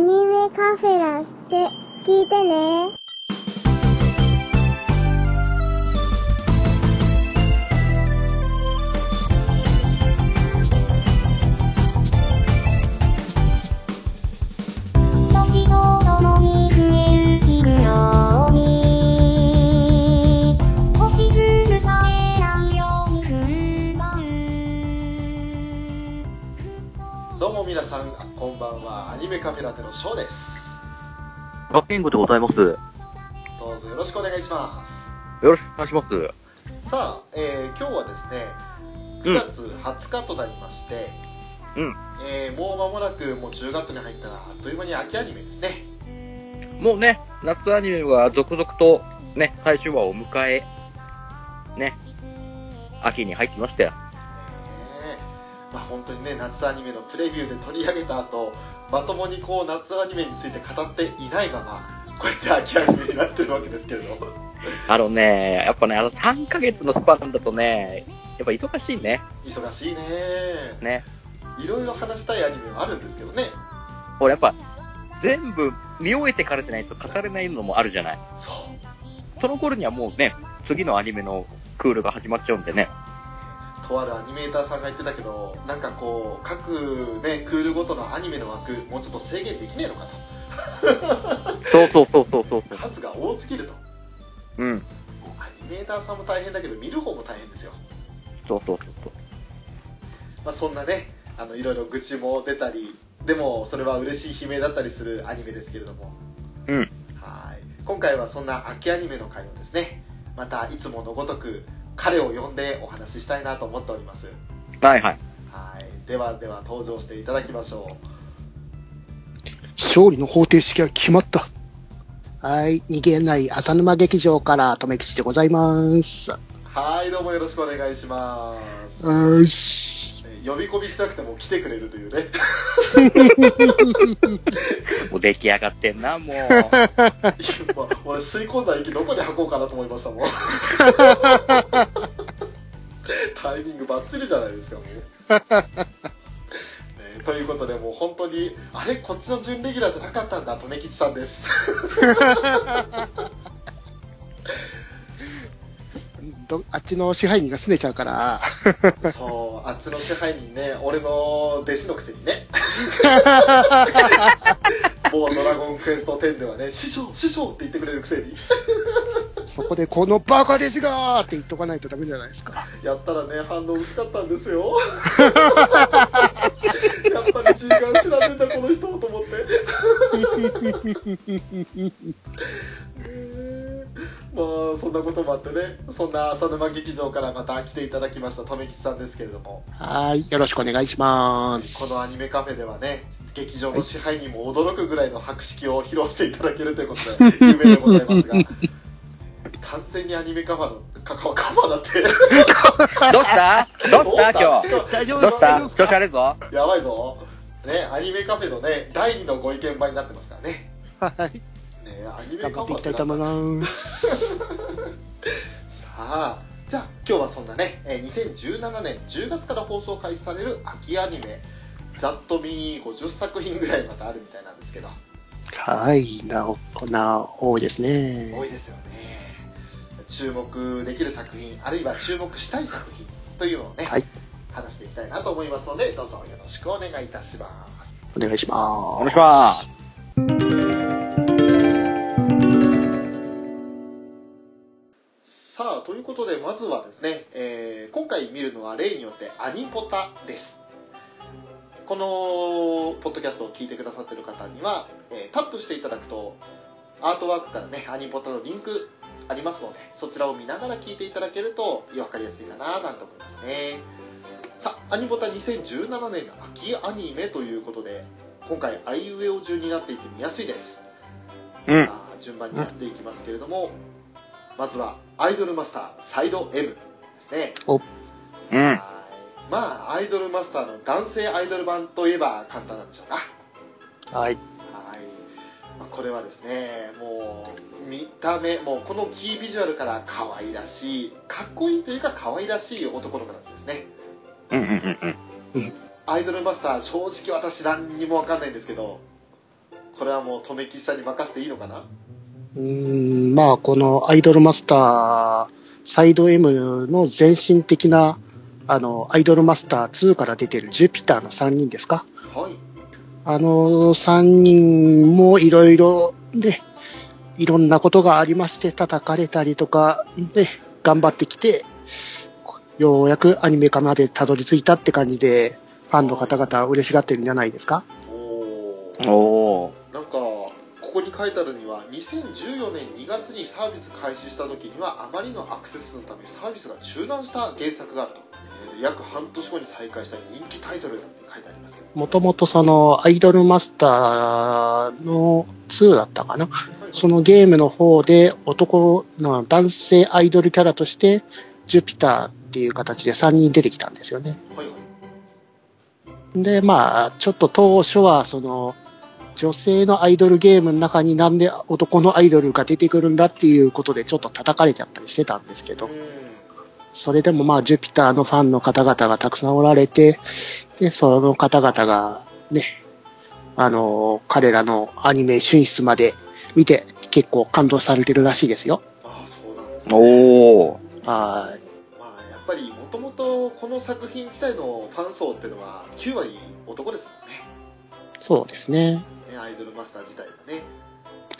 カフェラって聞いてね。私と共に増える奇妙に星粒さえないように踏ん張るどうも皆さん、こんばんは。アニメカフェラテのショーです。ラッキングでございます。よどうぞよろしくお願いします。ろしくお願いします。さあ、えー今日はですね、うん9月20日となりまして、うんえーもう間もなくもう10月に入ったら、あっという間に秋アニメですね。もうね、夏アニメは続々とね、最終話を迎え、ね、秋に入ってきましたよ。ねえまあ本当にね、夏アニメのプレビューで取り上げた後、まともにこう夏アニメについて語っていないまま、こうやって秋アニメになってるわけですけれど。あのね、やっぱね、あの3ヶ月のスパンだとね、やっぱ忙しいね。忙しいね。ね。いろいろ話したいアニメはあるんですけどね。これやっぱ、全部見終えてからじゃないと語れないのもあるじゃない。そう。その頃にはもうね、次のアニメのクールが始まっちゃうんでね。とあるアニメーターさんが言ってたけどなんかこう各ねクールごとのアニメの枠もうちょっと制限できねえのかそうそうそうそうそうとそう。数が多すぎるとうん。アニメーターさんも大変だけど見る方も大変ですよ、そうそうそうそう。まあ、そんなねあのいろいろ愚痴も出たりでもそれは嬉しい悲鳴だったりするアニメですけれどもうはんーい今回はそんな秋アニメの回をですねまたいつものごとく彼を呼んでお話ししたいなと思っておりますはいはい。はいではでは登場していただきましょう勝利の方程式が決まった。はい、逃げない浅沼劇場から留吉でございます。はい、どうもよろしくお願いします。よし。え呼び込みしなくても来てくれるというね。 もう出来上がってんな、もう。まあ俺吸い込んだ息どこで吐こうかなと思いましたもん。タイミングバッチリじゃないですかもう。ねということでもう本当にあれこっちの準レギュラーじゃなかったんだ留吉さんです。どあっちの支配人が拗ねちゃうから。そうあっちの支配人ね俺の弟子のくせにね某ドラゴンクエスト10ではね師匠師匠って言ってくれるくせにそこでこのバカですがーって言っとかないとダメじゃないですか。やったらね反応薄かったんですよやっぱり時間知らんでたこの人と思ってねまあそんなこともあってねそんな浅沼劇場からまた来ていただきました留吉さんですけれどもはい、よろしくお願いします。このアニメカフェではね劇場の支配にも驚くぐらいの博識を披露していただけるということ で有名でございますが完全にアニメカファのカカカファだってどうしたどうした今日。大丈どうした調子悪いぞ。やばいぞ。ね、アニメカフェのね、第二のご意見番になってますからね。はい、ね、アニメカ頑フェ張っていきたいと思います。さあ、じゃあ今日はそんなね、えー2017年10月から放送開始される秋アニメ、ざっと見50作品ぐらいまたあるみたいなんですけど、はい、なお、こんな多いです多ね。いですよね。注目できる作品、あるいは注目したい作品というのをね、はい話していきたいなと思いますので、どうぞよろしくお願いいたします。お願いします。お願いします。さあということでまずはですね、えー今回見るのは例によってアニポタですこのポッドキャストを聞いてくださってる方には、えータップしていただくとアートワークからねアニポタのリンクありますのでそちらを見ながら聞いていただけると分かりやすいかななんて思いますねさあアニポタ2017年の秋アニメということで今回あいうえお順になっていて見やすいです、うんさあ順番にやっていきますけれども、まずはアイドルマスターサイド M ですね、うん。はいまあアイドルマスターの男性アイドル版といえば簡単なんでしょうなははい、い、まあこれはですねもう見た目もうこのキービジュアルから可愛らしいかっこいいというか可愛らしい男の子なんですねうんうんうんうん。アイドルマスター正直私何にも分かんないんですけどここれはもう留吉さんに任せていいのかなうーんまあこのアイドルマスターサイド M の前身的なあのアイドルマスター2から出てるジュピターの3人ですかはいあの3人もいろいろねいろんなことがありまして叩かれたりとかで頑張ってきてようやくアニメ化までたどり着いたって感じでファンの方々嬉しがってるんじゃないですかおおおおなんかここに書いてあるには2014年2月にサービス開始した時にはあまりのアクセス数のためサービスが中断した原作があると、えー約半年後に再開した人気タイトルだって書いてありますよもともとそのアイドルマスターの2だったかなはいそのゲームの方で男の男性アイドルキャラとしてジュピターっていう形で3人出てきたんですよね。はいはいでまあちょっと当初はその女性のアイドルゲームの中になんで男のアイドルが出てくるんだっていうことでちょっと叩かれちゃったりしてたんですけどうそれでもまあジュピターのファンの方々がたくさんおられてでその方々がねあの彼らのアニメ進出まで見て結構感動されてるらしいですよ。んああそうなんですーおーはいまあやっぱりもともとこの作品自体のファン層っていうのは9割男ですもそうですね。んねねアイドルマスター自体はね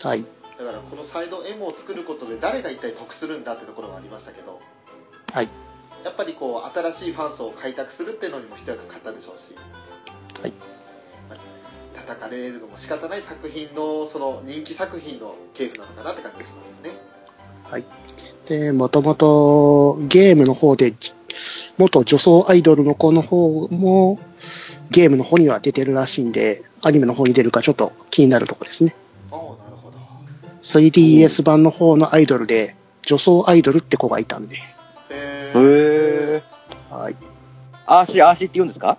はい。だからこのサイド M を作ることで誰が一体得するんだってところはありましたけどはいやっぱりこう新しいファン層を開拓するっていうのにも一役買ったでしょうしはいまあ叩かれるのも仕方ない作品のその人気作品の系譜なのかなって感じがしますよねで、もともとゲームの方で、じ元女装アイドルの子の方も、ゲームの方には出てるらしいんで、アニメの方に出るかちょっと気になるとこですね。ああなるほど 3DS 版の方のアイドルで、女装アイドルって子がいたんで。へへえはい。アーシーアーシーって言うんです か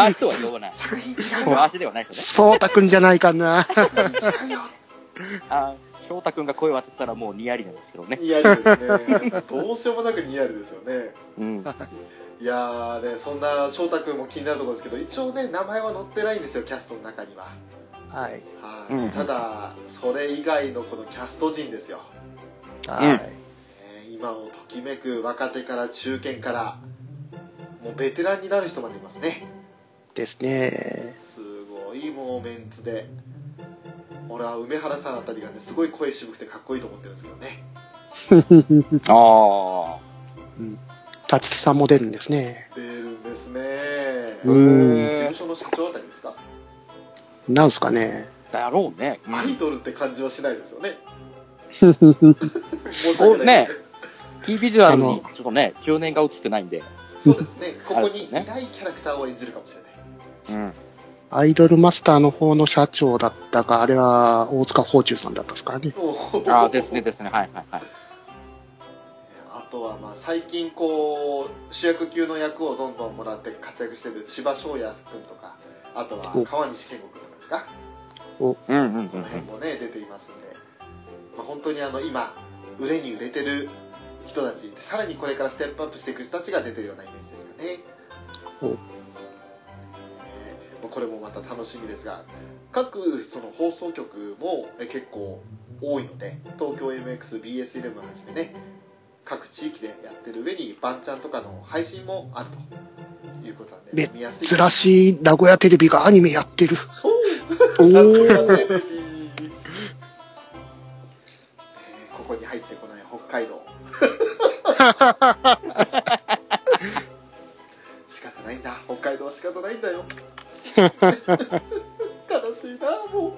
アーシーとは呼ばない作品違うアーシーではないですそうたくんじゃないかな。違う よよねあー翔太くんが声を当てたらもうニヤリなんですけどねニアルですねどうしようもなくニアルですよねうんいやーねそんな翔太君も気になるところですけど一応ね名前は載ってないんですよキャストの中にははい。はい、うんただそれ以外のこのキャスト陣ですよ、はい。えー今をときめく若手から中堅からもうベテランになる人までいますねですね。すごいもうメンツで俺は梅原さんあたりがねすごい声渋くてかっこいいと思ってるんですけどねあ立木さんも出るんですね。出るんですねあう事ん務所の社長あたりですかなんすかね。だろうねアイドルって感じはしないですよね申しお訳ないねけどキービジュアルにちょっとね中年が映ってないんでそうですねここにいあれなですいキャラクターを演じるかもしれないうんアイドルマスターの方の社長だったか、あれは大塚芳忠さんだったですからね。ああですねですねはいはいはいあとはまあ最近こう主役級の役をどんどんもらって活躍してる千葉翔也君とかあとはお川西健吾君とかですかうんうんうこんうの辺んもね出ていますんで、まあ、本当にあの今売れに売れてる人たちさらにこれからステップアップしていく人たちが出てるようなイメージですかねおねえまあこれもまた楽しみですが各その放送局もえ結構多いので東京 MXBS11 はじめね各地域でやってる上に番ちゃんとかの配信もあるということなんでめ見やすい珍しい名古屋テレビがアニメやってる。お名古ー屋テレビえーここに入ってこない北海道仕方ないんだ北海道は仕方ないんだよ悲しいなもう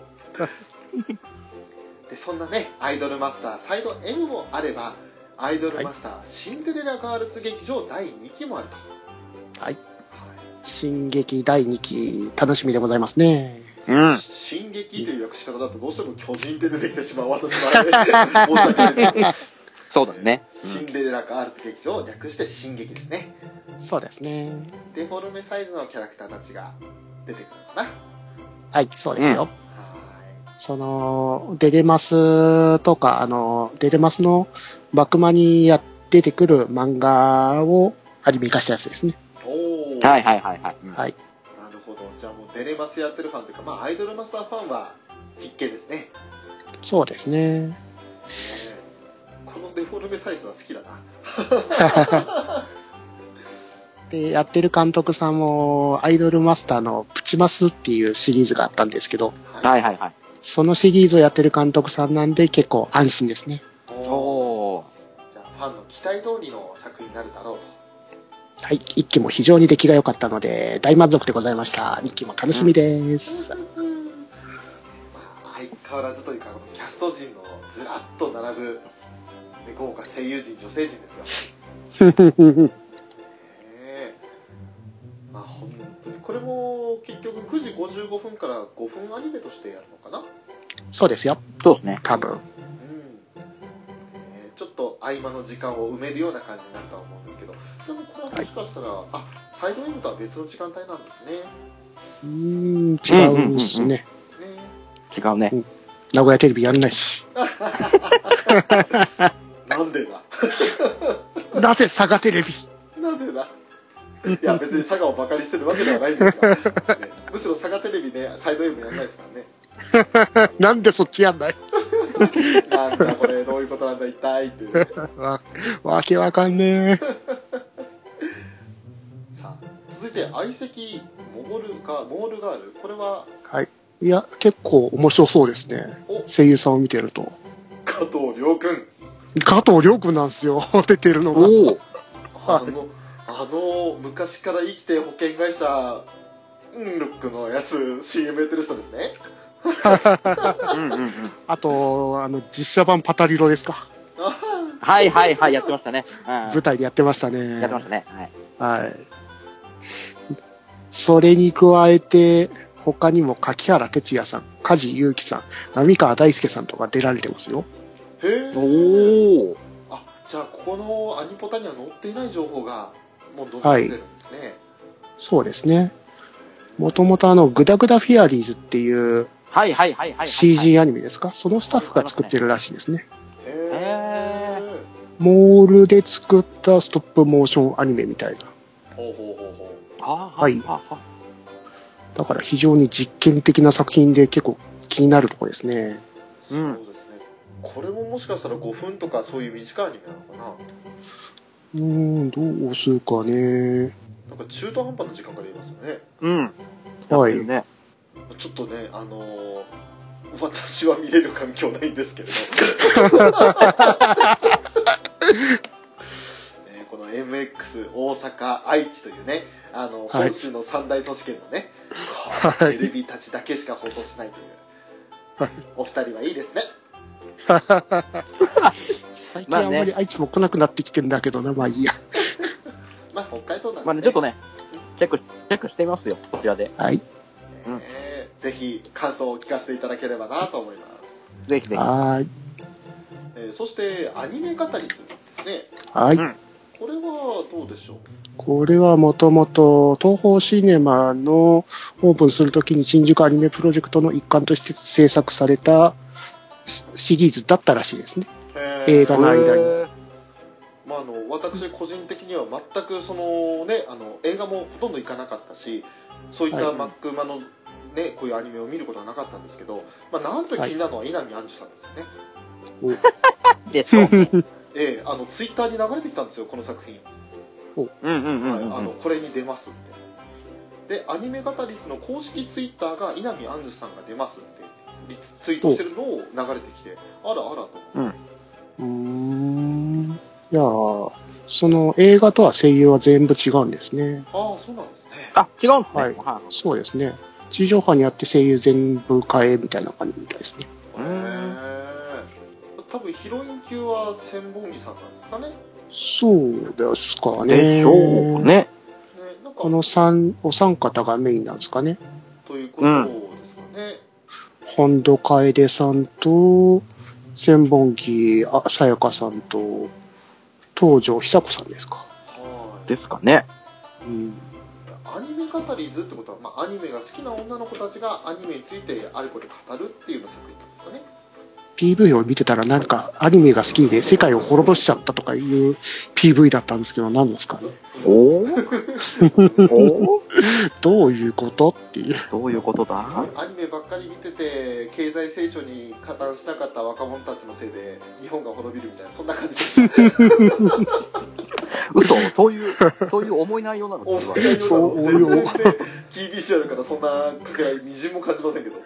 でそんなねアイドルマスターサイド M もあればアイドルマスター、シンデレラガールズ劇場第2期もあるとはいはい進撃第2期、楽しみでございますね。うん進撃という訳し方だとどうしても巨人で出てきてしまう私はね申し訳ないですそうだねシンデレラガールズ劇場を略して進撃ですねそうですね。デフォルメサイズのキャラクターたちが出てくるのかなはい、そうですよ。はその、デレマスとか、あの、デレマスのバクマにや出てくる漫画をアニメ化したやつですね。ーいおお、はいはいはいはいはいなるほどねじゃあもうデレマスやってるファンというか、まあ、アイドルマスターファンは必見ですね。ねそうですね。このデフォルメサイズは好きだな。 で、やってる監督さんも、アイドルマスターのプチマスっていうシリーズがあったんですけど、はいはいはい。そのシリーズをやってる監督さんなんで結構安心ですね。おーおー。じゃあファンの期待通りの作品になるだろうと。はい、一期も非常に出来が良かったので、大満足でございました。一期も楽しみです。まあ相変わらずというかキャスト陣のずらっと並ぶ、ね豪華声優陣女性陣ですよ、ねまあ本当にこれも結局9時55分から5分アニメとしてやるのかなそうですよ、そうですね。多分。うん、ねちょっと合間の時間を埋めるような感じになるとは思うんですけどでもこれはもしかしたら、あサイドエンドとは別の時間帯なんですねうーん、違うですうんうんうんうね。ね違うね。名古屋テレビやんないし。なんでだなぜ佐賀テレビ なぜだいや別に佐賀をバカにしてるわけではないんですが、ねむしろ佐賀テレビねサイド M やんないですからねなんでそっちやんない なんだこれどういうことなんだ一体っていうわ、わけわかんねえ。さあ続いて相席モゴルガモールガールこれははいや、結構面白そうですねお。声優さんを見てると。加藤亮君加藤亮君なんですよ、 出てるのが。おお。あのあの昔から生きて保険会社うんロックのやつ CM やってる人ですねうんうんうん。あと、あの、実写版パタリロですか。あはいはいはい、やってましたね。うん。や舞台でやってましたね。ってましたね。はい。はい。それに加えて、他にも柿原哲也さん、梶裕貴さん、浪川大輔さんとか出られてますよ。へえおお。あじゃあここのアニポタには載っていない情報がもうどんどん出てるんですね、そうですね。もともとあの、グダグダフィアリーズっていうはいはいはいはいはい。。 CG アニメですか、そのスタッフが作ってるらしいですね。へへえモールで作ったストップモーションアニメみたいな。ほうほうほうほうはあ、ははいい。はあはだから非常に実験的な作品で結構気になるところですね。うんそうですねこれももしかしたら5分とかそういう短いアニメなのかなうーん、どうするかね。なんか中途半端な時間から言いますよねうん。はい。ね。ちょっとねあのー私は見れる環境ないんですけれど ねこの MX 大阪愛知というねあのはい本州の三大都市圏のね、こうはいテレビたちだけしか放送しないという、はいお二人はいいですね最近まあねあんまりあいつも来なくなってきてんだけどな、まあいいや。まあ北海道なんで、まあね、ちょっとね、チェック、チェックしてみますよ。こちらで。はい。うんえーぜひ感想を聞かせていただければなと思いますぜひぜひ。はーい。えーそしてアニメ語りするんですねはい。うんこれはどうでしょうこれはもともと東宝シネマのオープンするときに新宿アニメプロジェクトの一環として制作されたシシリーズだったらしいです ね。えー映画の間にまあ、あの私個人的には全くその、ね、あの映画もほとんど行かなかったしそういったはいマックマの、ねこういうアニメを見ることはなかったんですけど、まあ、なんと気になるのは稲見杏樹さんですよね、でしょうね。ええあのツイッターに流れてきたんですよこの作品、うんうんうんうんはいあのこれに出ますってでアニメ語りズの公式ツイッターが稲見杏樹さんが出ますってリツイートしてるのを流れてきてあらあらとうーん。いやーその映画とは声優は全部違うんですね。ああそうなんですねあ、違うんですね。はいはそうですね。地上波にあって声優全部変えみたいな感じみたいですね。へえ多分ヒロイン級は千本木さんなんですかねそうですかいね。でしょう。ね。ね、なんかこの三、お三方がメインなんですかね。ということですかね。本土楓さんと、千本木あさやかさんと、東条久子さんですか。はい。ですかね。うん。アニメ語り図ってことは、まあ、アニメが好きな女の子たちがアニメについてあれこれ語るっていうような作品なんですかね。 PV を見てたらなんかアニメが好きで世界を滅ぼしちゃったとかいう PV だったんですけど何ですかねおーおーどういうことっていうどういうことだアニメばっかり見てて経済成長に加担しなかった若者たちのせいで日本が滅びるみたいなそんな 感じです嘘そういう、そういう思い内容なのおそ付れきは合いのそう全然 GBC あるからそんな掛け合いみじんも感じませんけど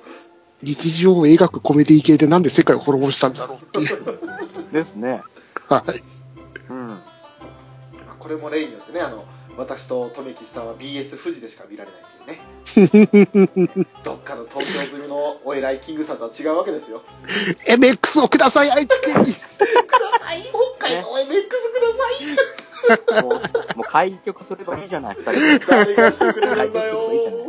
日常を描くコメディ系でなんで世界を滅ぼしたんだろうって いう、ですね。はい、うん。まあこれも例によってねあの私と富吉さんは BS 富士でしか見られないっていうね どっかの東京組のお偉いキングさんとは違うわけです よ MX をください愛知県くにださい北海道 MX もう、もう開局すればいいじゃない、二人で。ください誰がしてくれるんだよいいじゃないね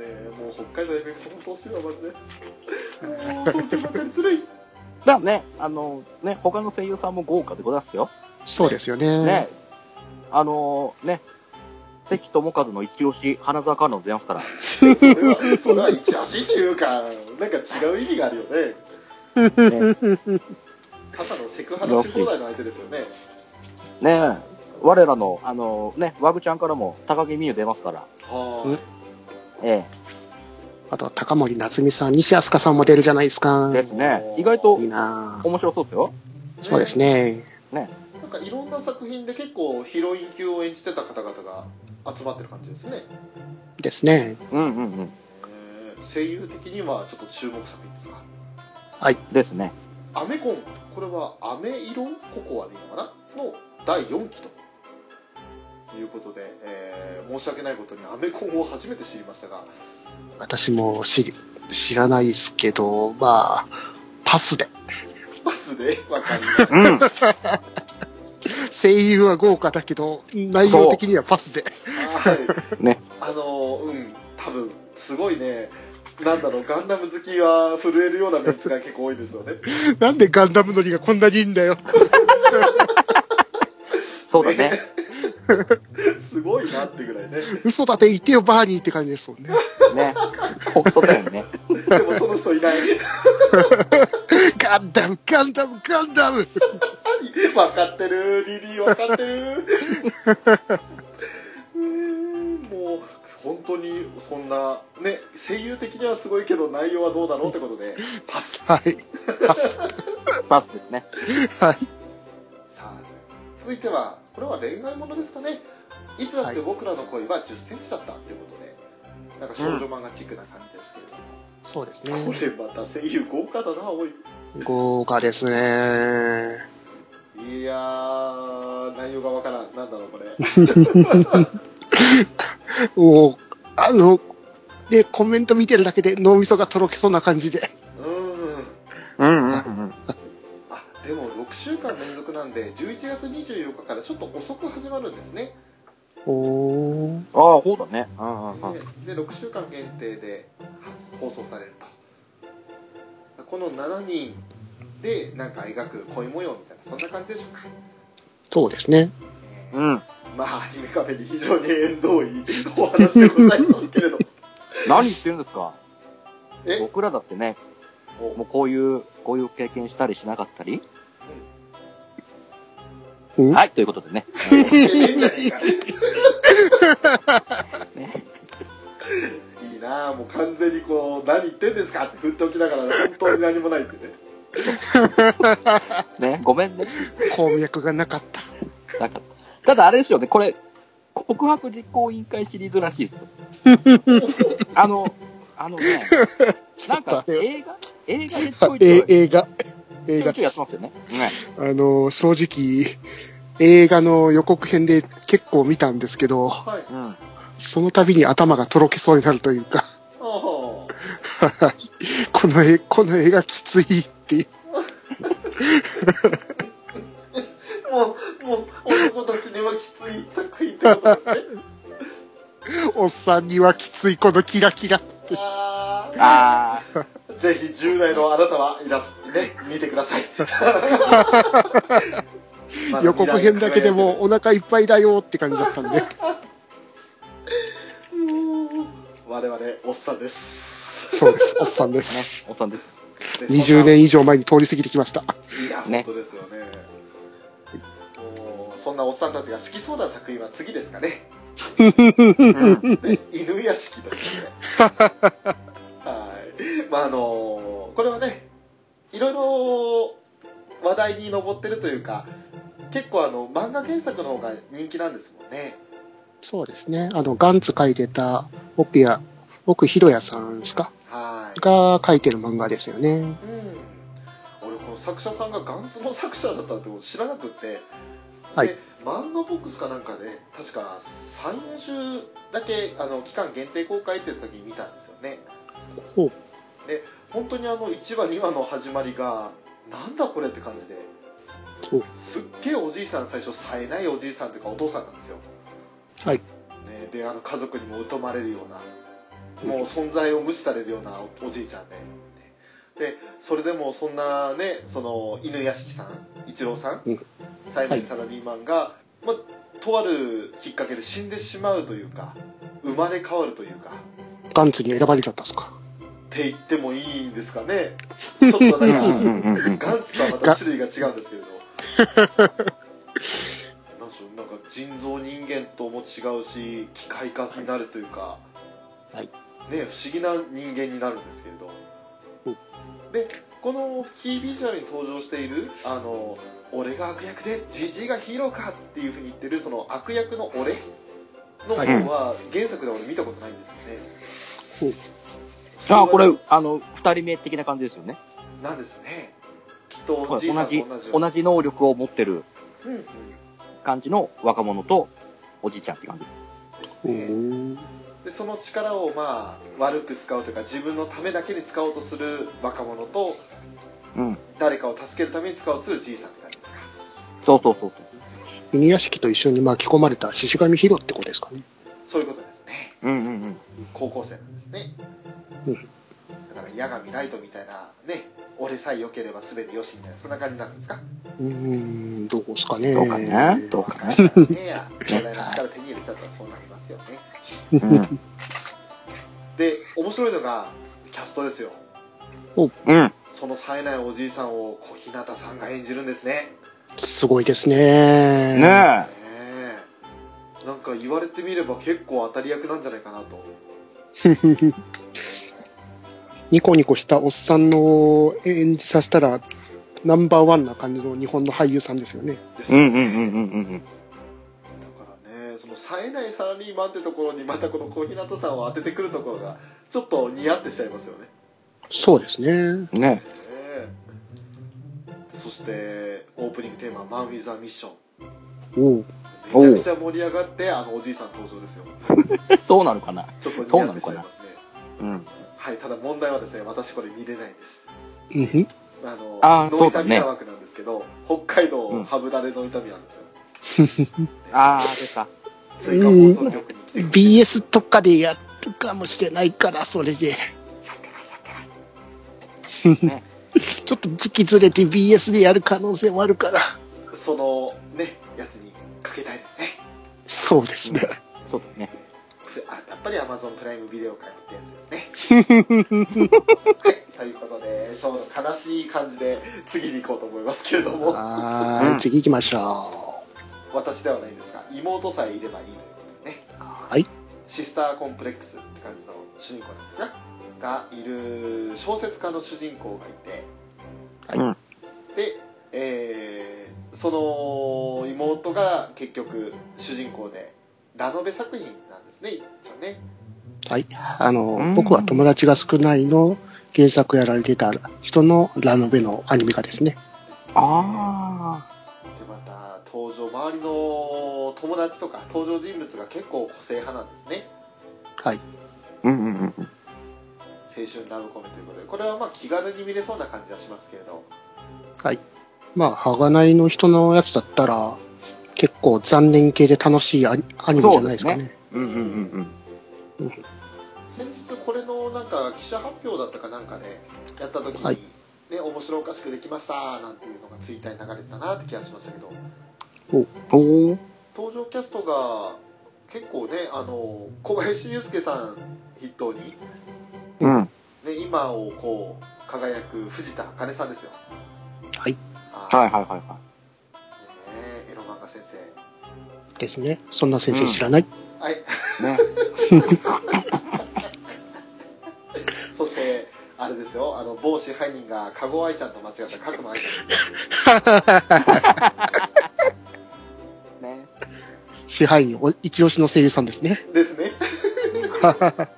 えもう北海道 MX 本当欲しいわマジでもう東京ばっかりつらいだ からね、あの、ね、他の声優さんも豪華でございますよ。そうですよねね。あの、ね、関智一の一押し、花澤香菜でございます から。それはそれは一足っていうかなんか違う意味があるよねただのセクハラし放題の相手ですよねねえ、我らの、あの、ね、ワグちゃんからも高木美優出ますから。はえ あとは高森夏実さん西飛鳥さんも出るじゃないですかえ。ですね。意外といいなぁ面白そうですよ。ーいそうですねなんかいろんな作品で結構ヒロイン級を演じてた方々が集まってる感じですね、ですねうんうんうん。えー声優的にはちょっと注目作品ですかですね。アメコンこれはアメイロンココアでいいのかなの第4期ということで、えー申し訳ないことにアメコンを初めて知りましたが私も知り知らないですけどまあパスでバスでわかりました うん。声優は豪華だけど内容的にはパスではい。ね。あの、うん、多分、すごいね、なんだろう、ガンダム好きは震えるようなメンツが結構多いですよね。なんでガンダム乗りがこんなにいいんだよそうだね。すごいなってぐらいね。嘘だって言ってよバーニーって感じですも んねね。本当だよね。でもその人いない。ガンダムガンダムガンダム 分かってる、リリー分かってる。 うーんもう本当にそんなね声優的にはすごいけど内容はどうだろうってことでパスはいパスパスですね。はさいあ続いてはこれは恋愛ものですかねいつだって僕らの恋は1 0センチだったっていうことで、なんか少女漫画チックな感じですけれども、そうですこねれまた声優豪華だなおい豪華ですねいやー内容がわからんなんだろう これもうあのでコメント見てるだけで脳みそがとろけそうな感じでうんうんうんうん。あでも6週間連続なんで11月24日からちょっと遅く始まるんですねおーああ、そうだね。うんうんうん。でで6週間限定で放送されるとこの7人でなんか描く恋模様みたいなそんな感じでしょうかそうですね えーうん。まあ、アニメカフェに非常に縁遠いお話でございますけれども。何言ってるんですかえ僕らだってね、おもうこういう、こういう経験したりしなかったり。うんはい、ということでね。してねえんじゃねえか。いいなあもう完全にこう、何言ってんですかって振っておきながら、本当に何もないってね。ね、ごめんね。鉱脈がなかったなんかただあれですよね、これ、告白実行委員会シリーズらしいです よ。あの、あのね、なんか映画映画でちょいちょえい、映画ち映ょ画いちょいやってますよね。ねあの正直映画の予告編で結構見たんですけどはい。うん。あその度に頭がとろけそうになるというかああこの絵この映画きついっていうもう、もう、男たちにはきつい作品ってことですね。おっさんにはきついこのキラキラあああー、ぜひ10代のあなたはいらっしゃね、見てください。まだ未来が輝いてる 予告編だけでもお腹いっぱいだよって感じだっ たんで我々おっさんですそうですおっさんでねす、おっさんです。ですね。 20年以上前に通り過ぎてきました。いや、ね本当ですよね。もうそんなおっさんたちが好きそうな作品は次ですかね。うんね犬屋敷ということで。はい。まあ、あのこれはね、いろいろ話題に上ってるというか、結構あの、漫画原作の方が人気なんですもんね。そうですね。あの、ガンツ書いてた、オピア、奥弘也さんですかはい。が書いてる漫画ですよね。うん。俺、この作者さんがガンツの作者だったって知らなくって、はいで漫画ボックスかなんかで、確か3、4週だけあの期間限定公開って時に見たんですよね。ほう。本当にあの1話2話の始まりがなんだこれって感じでおすっげえおじいさん最初冴えないおじいさんというかお父さんなんですよはいね、であの家族にも疎まれるようなもう存在を無視されるようなおじいちゃんで、でそれでもそんなねその犬屋敷さん一郎さんうん最年サラリーマンが、まあとあるきっかけで死んでしまうというか生まれ変わるというかガンツに選ばれちゃったんですか。って言ってもいいんですかねちょっとうなんかんうんうんガンツとはまた種類が違うんですけれどなんでしょうなんか人造人間とも違うし機械化になるというか、はいね不思議な人間になるんですけれど、でこのキービジュアルに登場しているあの俺が悪役でジジイがヒーローかっていうふうに言ってるその悪役の俺の方は原作では俺見たことないんですよね、ああ、これ、あの、二人目的な感じですよね。なんですね。きっと同おじいさんとじ、同じような。同じ能力を持ってるうんうん感じの若者とおじいちゃんって感じです。うねん。でその力をまあ悪く使うというか自分のためだけに使おうとする若者とうん。誰かを助けるために使おうとするじいさんがいるとかそうそうそうそう。犬屋敷と一緒に巻き込まれた獅子神ヒロってことですかね。そういうことですねうんうんうん。高校生なんですね、うんだから矢神ライトみたいなね俺さえ良ければ全てよしみたいなそんな感じなんですかうーん、どうですかね。どうかね。どうかね。ねや巨大な力手に入れちゃったらそうなりますよねうん。で面白いのがキャストですようん。その冴えないおじいさんを小日向さんが演じるんですねすごいですね。ねねえなんか言われてみれば結構当たり役なんじゃないかなとニコニコしたおっさんの演じさせたら、ナンバーワンな感じの日本の俳優さんですよね。ですえ。うよねんうんうんうんうんだからねその冴えないサラリーマンってところにまたこの小日向さんを当ててくるところがちょっと似合ってしちゃいますよねねそうですね。うん。ねえそしてオープニングテーマ「マン・ウィザ・ミッションおう」めちゃくちゃ盛り上がってあのおじいさん登場ですよえ。 そうなのかなちょっと似合ってしちゃいますねうん。はいただ問題はですね私これ見れないんですうんふんあのあーノそイうタだミねヤ枠なんですけど、北海道ハブラレの痛みなんですよ、ああ、出た。追加放送局に来てくれて BS とかでやるかもしれないから、それで。ね ちょっと時期ずれて BS でやる可能性もあるから。そのねやつにかけたいですねそうですね。そうだね。ふあやっぱり Amazon プライムビデオ会ってやつですねはいということでその悲しい感じで次に行こうと思いますけれども はーうい、ん次行きましょ私ではないんですが妹さえいればいいということでねう。はい。シスターコンプレックスって感じの主人公なんですががいる小説家の主人公がいて、はいうんで、えーその妹が結局主人公でラノベ作品なんですね一応ねはい。あうの、ん僕は友達が少ないの原作やられてた人のラノベのアニメ化ですね。あでまた登場周りの友達とか登場人物が結構個性派なんですねはい。あ。うんうんうんうん。青春ラブコメということでこれはまあ気軽に見れそうな感じはしますけれどまあ、鋼の人のやつだったら、結構残念系で楽しいアニアニメじゃないですかね。うんうんうんうん。先日これのなんか記者発表だったかなんかで、やった時に、はいね面白おかしくできましたなんていうのがツイッターに流れてたなって気がしましたけどおお。登場キャストが結構ねあの小林祐介さん筆頭に、うん。ね、今をこう輝く藤田茜さんですよ。はい。は。はいはいはいはいねえエロ漫画先生。ですね。そんな先生知らない。はい。 い。ね。そして、あれですよ、あの、某支配人が、かご愛ちゃんと間違った角間愛ちゃんです。ね。支配人、お一押しの声優さんですね。です ね。あ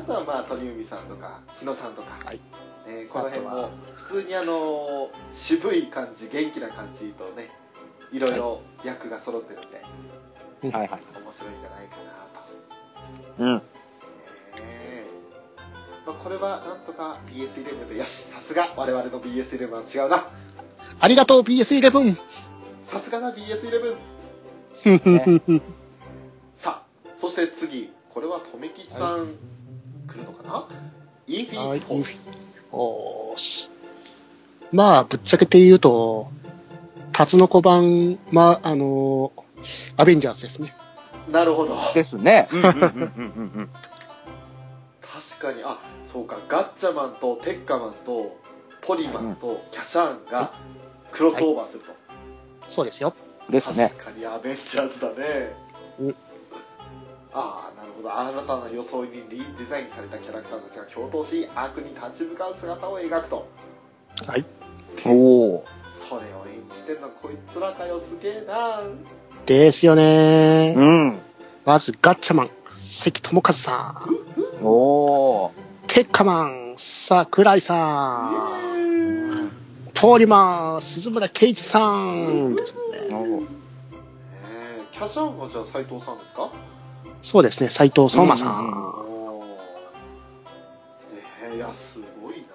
とはまあ鳥海さんとか日野さんとか、はいえーこの辺あとはも普通にあのー渋い感じ元気な感じとねいろいろ役が揃ってるんではいはい。面白いんじゃないかなと、うん。えーまあ、これはなんとか BS11 でよしさすが我々の BS11 は違うなありがとう、BS11! さすがだ BS11 さあそして次これは留吉さん来るのかな、インフィニットフォースおーし。まあ、ぶっちゃけて言うと、タツノコ版、まあ、あのーアベンジャーズですね。なるほどですね。うんうんうんうんうん。確かにあそうかガッチャマンとテッカマンとポリマンとキャシャーンがクロスオーバーすると、そうですよ。ですね。確かにアベンジャーズだね、うんああなるほど新たな装いにリデザインされたキャラクターたちが共闘し悪に立ち向かう姿を描くとはい。おお。それを演じてんのこいつらかよすげえなですよねうん。まず、ガッチャマン、関智和さん。おお。テッカマン、桜井さん。ポーリマン、鈴村圭一さん。ですおお。ねえキャシャーンはじゃあ斎藤さんですかそうですね、斎藤相馬さうんうんうんん。おおねえいやすごいな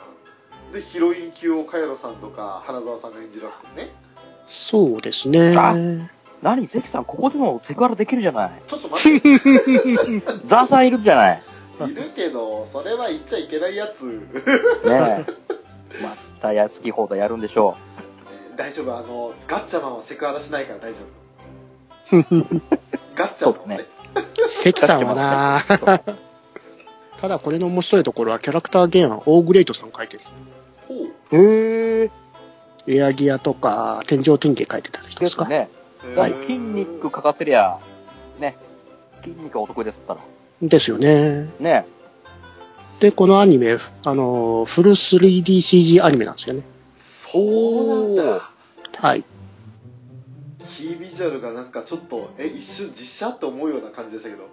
でヒロイン級を茅野さんとか花澤さんが演じるわけですねそうですね。あ何関さん、ここでもセクハラできるじゃない。ちょっと待って ザーさんいるじゃない。いるけどそれは言っちゃいけないやつね ねえ。またや好き放題やるんでしょ大丈夫あのガッチャマンはセクハラしないから大丈夫ガッチそャうマンだはねね関さんはなただこれの面白いところはキャラクターゲームはオーグレイトさん書いてるほうう。へえ。エアギアとか天井天気書いてたで人ですすかね。えだっーて筋肉かかせりゃ、ね。筋肉はお得意ですから。ですよねねでこのアニメあのフル 3DCG アニメなんですよねそうなんだはいキービジュアルがなんかちょっとえ一瞬実写って思うような感じでしたけど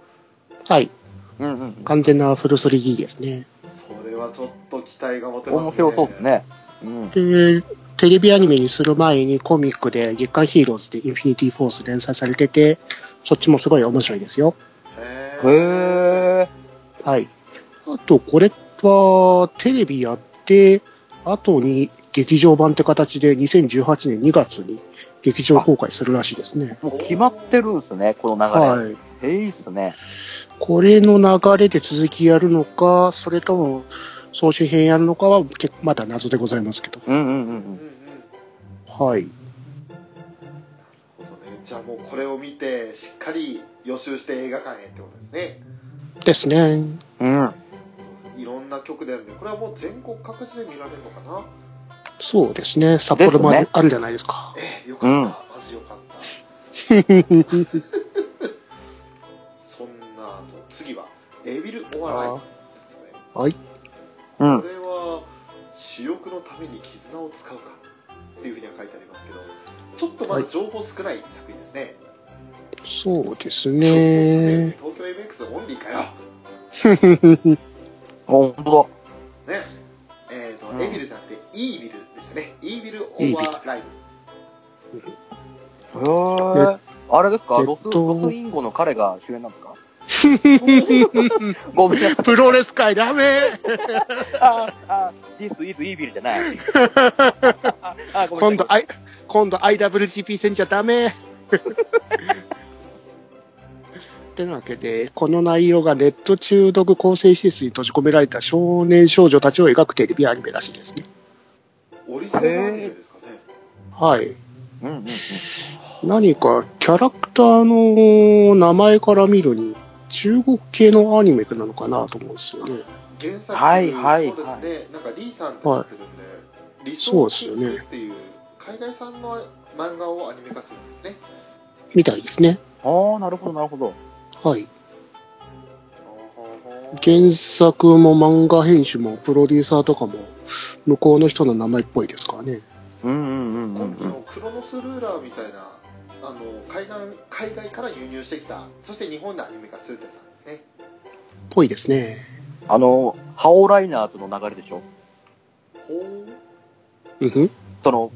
はいえ。うんうんうん。完全なフル 3D ですねそれはちょっと期待が持てますね面白そうですね。うん。でテレビアニメにする前にコミックで月刊ヒーローズでインフィニティフォース連載されててそっちもすごい面白いですよへへえ。はい。あと、これは、テレビやって、後に劇場版って形で2018年2月に劇場公開するらしいですね。もう決まってるんですね、この流れ。はい。へえ、いいっすね。これの流れで続きやるのか、それとも総集編やるのかは結構まだ謎でございますけど。うんうんううんんうんはい。なるほどねじゃあもうこれを見てしっかり予習して映画館へってことですねですね。うん。うん。いろんな曲であるんでこれはもう全国各地で見られるのかなそうですね。札幌もあでするねあるじゃないで すか。ええよかった、うんマジよかったそんなあと次はエビル・オアライあうこん。れは私欲のために絆を使うかっていうふうには書いてありますけどちょっとまだ情報少ない作品ですね、そうですそうね。東京 MX オンリーかよほんとねえーと、うんエビルじゃなくてイービルでしたねイービル・オイービルアライブだ。へえ。あれですかえっロス、とロスインゴの彼が主演なんです かごめんなさい。プロレス界ダメ あーあー、This is evil じゃ ない。あーごめ今んな度さいあい今度 IWGP 戦じゃダ メってなわけでこの内容がネット中毒構成施設に閉じ込められた少年少女たちを描くテレビアニメらしいですねオリジナルアニメですかね、はいうんうんうん。何かキャラクターの名前から見るに中国系のアニメなのかなと思うんですよね原作はいはいはいそうですねなんかリーさんって言ってるんで、理そう想ですよね中っていう海外産の漫画をアニメ化するんですねみたいですね。ああ、なるほど、なるほど。はい。原作も漫画編集もプロデューサーとかも向こうの人の名前っぽいですからね。うんうんうんう今ん期うん。のクロノスルーラーみたいなあの海外海外から輸入してきたそして日本でアニメ化するってやつなんですねぽいですね。あの、ハオライナーとの流れでしょほううんふん。その、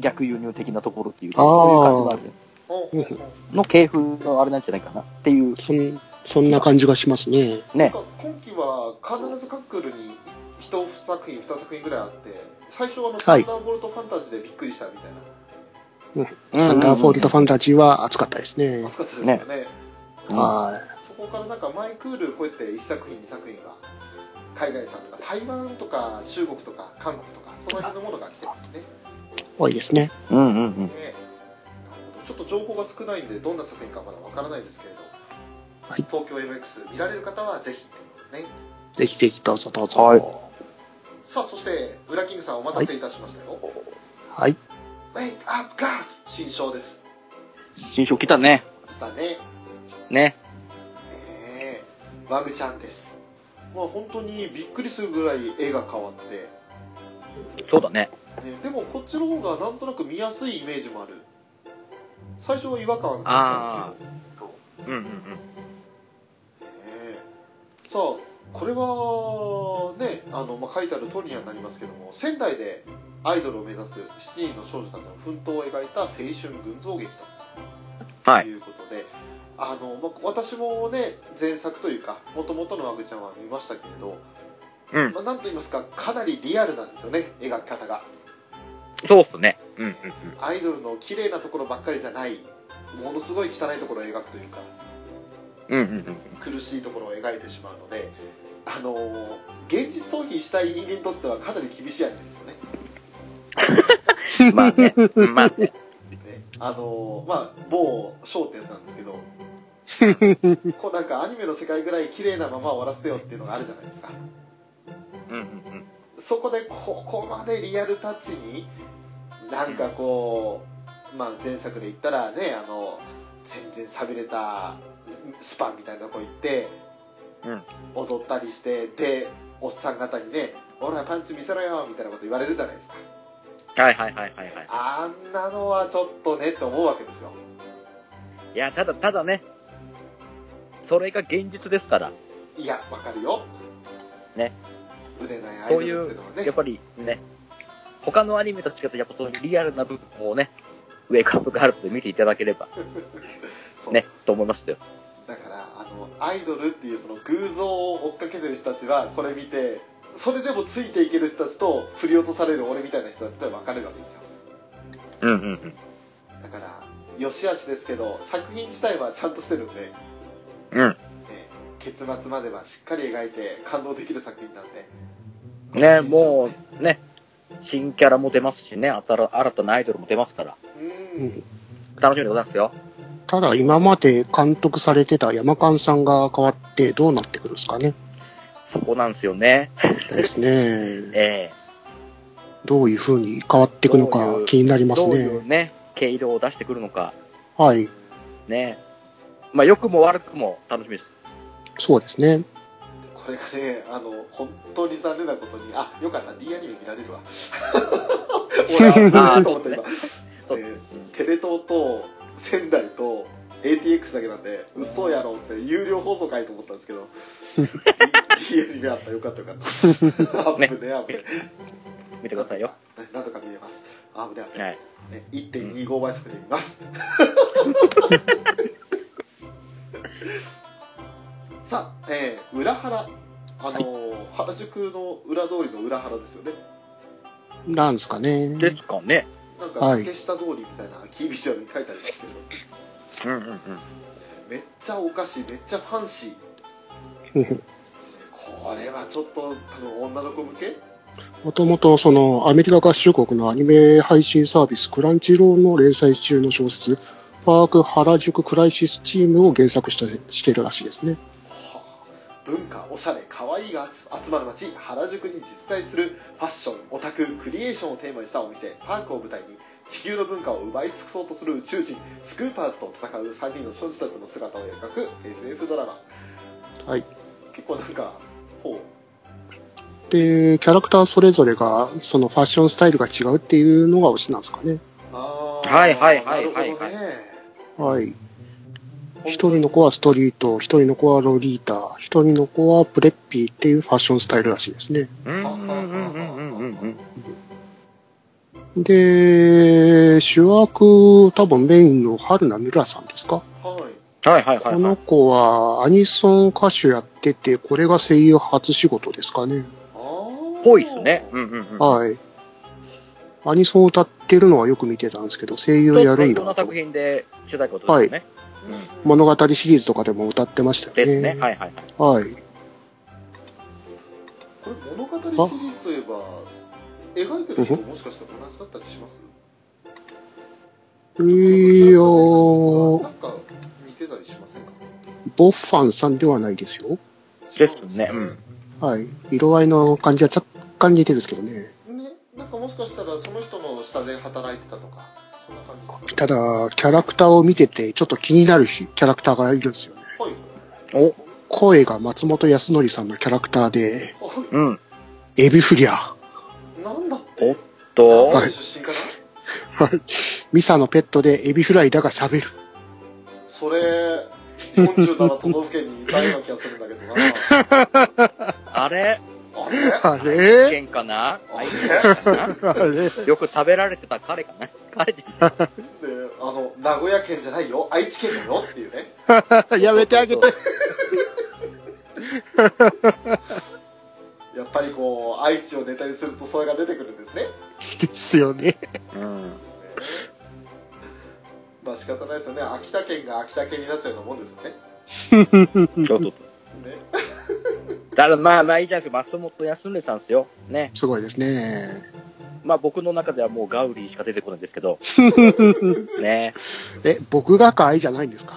逆輸入的なところっていう、あーそういう感じがあるじゃほううんほうほうの系風のあれなんじゃないかなっていう。そん、そんな感じがしますね。なんか今期は必ずカックルに1作品2作品ぐらいあって最初はあの「サンダーボルトファンタジー」でびっくりしたみたいなサンダーフォールトファァンタジーは熱かったですね。扱ってるんですよねはい。そこからなんかマイクールこうやって1作品2作品が海外産とか台湾とか中国とか韓国とかその辺のものが来てますね多いですね。うんうんうん。ねなるほどちょっと情報が少ないんでどんな作品かまだわからないですけれど、はい東京 MX 見られる方はぜひですねぜひぜひどうぞどうぞ。はいさあそしてウラキングさんお待たせいたしましたよ、はい。 Wake Up Girls 新章です新章来たね。来たねね。ねえワグちゃんですまあ本当にびっくりするぐらい絵が変わってそうだね。ね、でもこっちの方がなんとなく見やすいイメージもある最初は違和感がああったんでうんうんうん。すけど、ねえ、さあこれはねあの、まあ、書いてある通りにはなりますけども仙台でアイドルを目指す7人の少女たちの奮闘を描いた青春群像劇はと。いうことで、あのまあ、私もね前作というかもともとのワグちゃんは見ましたけれど、うんまあ、なんと言いますかかなりリアルなんですよね描き方が。そうっすね。うんうんアイドルの綺麗なところばっかりじゃないものすごい汚いところを描くというかうん。うんうん苦しいところを描いてしまうのであのー現実逃避したい人間にとってはかなり厳しいアニメですよね。うん。まあ ね。まあね。ねあのーまあ某ショーってやつなんですけどこうなんかアニメの世界ぐらい綺麗なまま終わらせてよっていうのがあるじゃないですか。うんうんそこでここまでリアルタッチになんかこう、まあ、前作で言ったらねあの全然さびれたスパンみたいなとこ行って、うん踊ったりしてでおっさん方にね「ほらパンツ見せろよ」みたいなこと言われるじゃないですかうん。はいはいはいはいはい。あんなのはちょっとねと思うわけですよいや、ただただね。それが現実ですから。いやわかるよね売れないアイドそういルってうのは、やねっぱりね、他のアニメと違って、やっぱそういうリアルな部分をね、ウェイクアップガールズで見ていただければそうね、と思いましたよ。だからあのアイドルっていうその偶像を追っかけてる人たちはこれ見てそれでもついていける人たちと振り落とされる俺みたいな人たちと分かれるわけですようんうんうん。だからよしあしですけど作品自体はちゃんとしてるんで、ねうん。結末まではしっかり描いて感動できる作品なんでね、もうね、新キャラも出ますしね、新た新たなアイドルも出ますから、ううん楽しみでございますよ。ただ今まで監督されてた山勘さんが変わってどうなってくるんですかね。そこなんですよね。ですね。えどういう風に変わっていくのどういかう気になりえますどうねい。うね、毛色を出してくるのか、はい。ね。まあ、良くも悪くも楽しみです。そうですね。これがねあの本当に残念なことにあよかった D アニメ見られるわ俺はなと思った今そうえーテレ東と仙台と ATX だけなんで嘘やろって有料放送かいと思ったんですけど D アニメあったよかったよかったアップねアップね見てくださいよ。なんとか見れますアップねアップねはい。ね1.25倍速で見ます さあ、えー裏原あのー原宿の裏通りの裏原ですよねなんですかね。ですかね。なんかはい竹下通りみたいなキービジュアルに書いてありますけどうんうんうん。めっちゃお菓子めっちゃファンシーうんこれはちょっと多分女の子向けもともとそのアメリカ合衆国のアニメ配信サービスクランチローの連載中の小説パーク原宿クライシスチームを原作したしてるらしいですね。はあ文化おしゃれ可愛いが集まる街原宿に実在するファッションオタククリエーションをテーマにしたお店パークを舞台に地球の文化を奪い尽くそうとする宇宙人スクーパーズと戦う3人の少女たちの姿を描く SF ドラマはい結構なんかほで、キャラクターそれぞれが、そのファッションスタイルが違うっていうのが推しなんですかね。うあーはいはいはいはいなるほどねはい。一人の子はストリート、一人の子はロリータ、一人の子はプレッピーっていうファッションスタイルらしいですね。うんうんうんうんうんうん。で、主役、多分メインの春菜ミラさんですか、はいはいはいはいこはのい。子はアニソン歌手やってて、これが声優初仕事ですかね。あーぽいですね。うんうんうん。はい。アニソンを歌ってるのはよく見てたんですけど、声優やるんいろだんなと作。品で主題歌を歌ってね。物語シリーズとかでも歌ってましたよね。ですね。はいはいはい。はい。これ物語シリーズといえば描いてる人もしかして同じだったりしますいやなーんか似てたりしませんかボッファンさんではないですよ。ですね。うん。はい。色合いの感じは若干似てるんですけどね。ねなんかもしかしたらその人の下で働いてたとかそんな感じですかただ、キャラクターを見てて、ちょっと気になるキャラクターがいるんですよね。はいお、声が松本康則さんのキャラクターで、はうん。エビフリア、いなんだっておっと、長野出身かなミサのペットでエビフライだが喋る。それ47都道府県にいたような気がするんだけどなあれあれあれ県かなあれあれよく食べられてた彼かな彼で であの名古屋県じゃないよ愛知県だよっていうねやめてあげて。。やっぱりこう愛知をネタにするとそれが出てくるんですねですよね。うん。 まあ仕方ないですよね秋田県が秋田県になっちゃうようなもんですよねそうそうねただまあまあいいじゃないですか。松本康則さんですよ。ね。すごいですね。まあ僕の中ではもうガウリーしか出てこないんですけど。ねえ、僕がか愛じゃないんですか